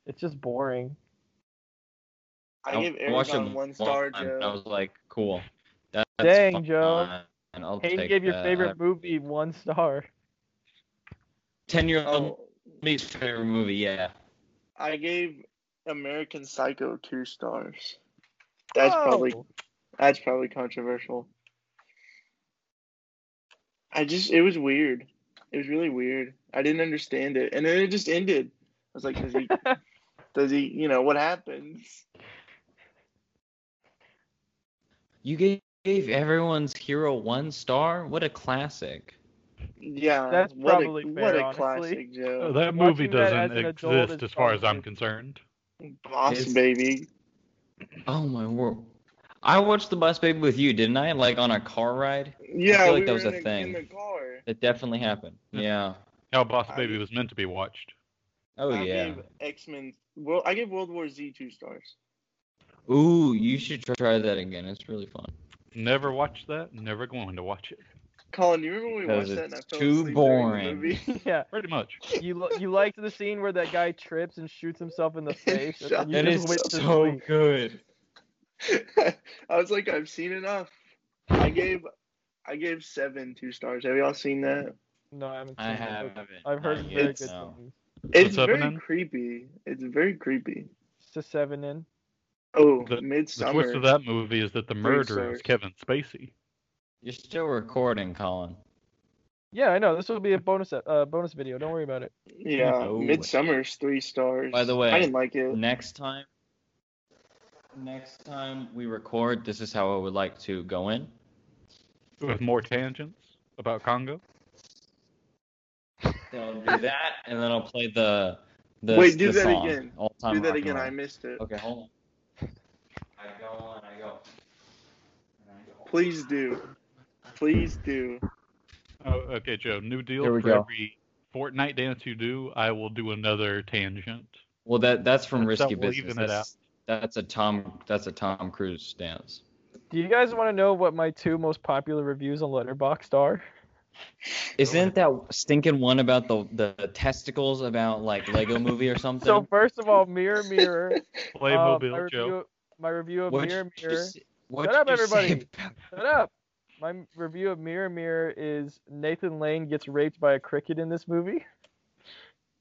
[SPEAKER 4] It's just boring.
[SPEAKER 5] I gave
[SPEAKER 2] watched it
[SPEAKER 5] Aragon one
[SPEAKER 2] long
[SPEAKER 5] star,
[SPEAKER 2] time, and I
[SPEAKER 5] Joe.
[SPEAKER 2] was like, cool. That-
[SPEAKER 4] Dang,
[SPEAKER 2] fine.
[SPEAKER 4] Joe.
[SPEAKER 2] I'll
[SPEAKER 4] Hayden
[SPEAKER 2] take
[SPEAKER 4] gave your
[SPEAKER 2] that.
[SPEAKER 4] favorite
[SPEAKER 2] I-
[SPEAKER 4] movie one star.
[SPEAKER 2] Ten year old
[SPEAKER 5] Oh,
[SPEAKER 2] me's favorite movie. Yeah.
[SPEAKER 5] I gave American Psycho two stars. That's probably
[SPEAKER 4] Oh,
[SPEAKER 5] that's probably controversial. I just it was weird. It was really weird. I didn't understand it, and then it just ended. I was like, does
[SPEAKER 4] *laughs*
[SPEAKER 5] he? does he? You know what happens?
[SPEAKER 2] You gave, gave everyone's hero one star. What a classic.
[SPEAKER 5] Yeah,
[SPEAKER 4] That's
[SPEAKER 5] what a-
[SPEAKER 4] probably
[SPEAKER 5] what
[SPEAKER 4] fair,
[SPEAKER 5] a
[SPEAKER 4] honestly.
[SPEAKER 5] classic
[SPEAKER 2] Oh,
[SPEAKER 3] Uh,
[SPEAKER 5] joke.
[SPEAKER 3] that movie
[SPEAKER 4] watching that
[SPEAKER 3] doesn't
[SPEAKER 4] as an adult
[SPEAKER 3] exist
[SPEAKER 4] is
[SPEAKER 3] as far as I'm
[SPEAKER 4] probably-
[SPEAKER 3] concerned.
[SPEAKER 5] Boss
[SPEAKER 2] It's-
[SPEAKER 5] baby.
[SPEAKER 2] Oh my word. I watched the bus baby with you, didn't I? Like on a car ride.
[SPEAKER 5] Yeah,
[SPEAKER 2] like
[SPEAKER 5] we
[SPEAKER 2] that
[SPEAKER 5] were
[SPEAKER 2] was
[SPEAKER 5] in
[SPEAKER 2] a
[SPEAKER 5] the-
[SPEAKER 2] thing.
[SPEAKER 5] in the car.
[SPEAKER 2] It definitely happened.
[SPEAKER 4] Hmm.
[SPEAKER 2] Yeah.
[SPEAKER 3] How Boss
[SPEAKER 5] I-
[SPEAKER 3] Baby was meant to be watched.
[SPEAKER 2] Oh
[SPEAKER 5] I
[SPEAKER 2] yeah.
[SPEAKER 5] gave X Men. Well, I gave World War Z two stars.
[SPEAKER 2] Ooh, you should try- try that again. It's really fun.
[SPEAKER 3] Never watched that. Never going to watch it.
[SPEAKER 5] Colin, you remember when we
[SPEAKER 2] Because
[SPEAKER 5] watched that? And I
[SPEAKER 2] it's
[SPEAKER 5] fell
[SPEAKER 2] too
[SPEAKER 5] asleep during the
[SPEAKER 2] boring.
[SPEAKER 5] movie?
[SPEAKER 4] *laughs* yeah.
[SPEAKER 3] Pretty much.
[SPEAKER 4] You li- you liked the scene where that guy trips and shoots himself
[SPEAKER 5] *laughs*
[SPEAKER 4] in the face. and then you
[SPEAKER 5] That
[SPEAKER 4] just
[SPEAKER 5] is
[SPEAKER 4] went to sleep.
[SPEAKER 2] good.
[SPEAKER 5] *laughs* I was like, I've seen enough. I gave, I gave seven two stars. Have y'all seen that?
[SPEAKER 4] No, I haven't. Seen
[SPEAKER 2] I
[SPEAKER 4] it, but
[SPEAKER 2] haven't.
[SPEAKER 4] I've heard
[SPEAKER 2] Not
[SPEAKER 4] it's very
[SPEAKER 2] yet,
[SPEAKER 4] good.
[SPEAKER 2] no.
[SPEAKER 4] things.
[SPEAKER 5] It's
[SPEAKER 3] up,
[SPEAKER 5] very
[SPEAKER 3] man?
[SPEAKER 5] creepy. It's very creepy.
[SPEAKER 4] It's a seven in.
[SPEAKER 5] Oh,
[SPEAKER 3] The- the The
[SPEAKER 5] Midsummer.
[SPEAKER 3] twist of that movie is that the murderer
[SPEAKER 5] stars.
[SPEAKER 3] is Kevin Spacey.
[SPEAKER 2] You're still recording, Colin.
[SPEAKER 4] Yeah, I know. This will be a bonus ep- uh, bonus video. Don't worry about it.
[SPEAKER 5] Yeah,
[SPEAKER 2] No.
[SPEAKER 5] Midsummer's three stars.
[SPEAKER 2] By the way,
[SPEAKER 5] I didn't like it.
[SPEAKER 2] Next time, next time we record, this is how I would like to go in.
[SPEAKER 3] With more tangents about Congo.
[SPEAKER 2] Then I'll do that, and then I'll play the the
[SPEAKER 5] Wait, do
[SPEAKER 2] the
[SPEAKER 5] that
[SPEAKER 2] song,
[SPEAKER 5] again.
[SPEAKER 2] All time
[SPEAKER 5] Do that
[SPEAKER 2] rock and
[SPEAKER 5] again.
[SPEAKER 2] roll.
[SPEAKER 5] I missed it.
[SPEAKER 2] Okay, hold on. I go on. I go. And I go.
[SPEAKER 5] Please do. Please do.
[SPEAKER 3] Oh, okay, Joe. New deal.
[SPEAKER 2] Here we
[SPEAKER 3] for
[SPEAKER 2] go.
[SPEAKER 3] every Fortnite dance you do, I will do another tangent.
[SPEAKER 2] Well, that that's from
[SPEAKER 3] That's
[SPEAKER 2] Risky
[SPEAKER 3] not leaving
[SPEAKER 2] Business.
[SPEAKER 3] it out.
[SPEAKER 2] That's, that's a Tom. That's a Tom Cruise dance.
[SPEAKER 4] Do you guys want to know what my two most popular reviews on Letterboxd are?
[SPEAKER 2] Isn't that stinking one about the the testicles about like Lego Movie or something?
[SPEAKER 4] *laughs* So first of all, Mirror Mirror.
[SPEAKER 3] Play
[SPEAKER 4] um, my,
[SPEAKER 3] Mobile, Joe.
[SPEAKER 4] review, my review of
[SPEAKER 2] What'd
[SPEAKER 4] Mirror
[SPEAKER 2] you
[SPEAKER 4] Mirror.
[SPEAKER 2] say- what'd
[SPEAKER 4] Shut up,
[SPEAKER 2] you say
[SPEAKER 4] everybody.
[SPEAKER 2] about-
[SPEAKER 4] Shut up. My m- review of Mirror Mirror is Nathan Lane gets raped by a cricket in this movie.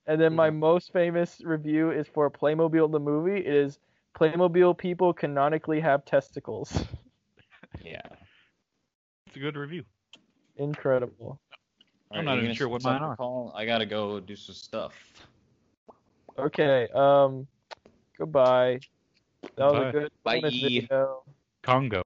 [SPEAKER 4] And then my most famous review is for Playmobil the movie. It is Playmobil people canonically have testicles.
[SPEAKER 2] Yeah.
[SPEAKER 3] It's a good review.
[SPEAKER 4] Incredible.
[SPEAKER 3] I'm not even sure what mine are.
[SPEAKER 2] Call? I gotta go do some stuff.
[SPEAKER 4] Okay. Um. Goodbye. That was
[SPEAKER 3] Bye.
[SPEAKER 4] a good bonus
[SPEAKER 2] Bye.
[SPEAKER 4] video.
[SPEAKER 3] Congo.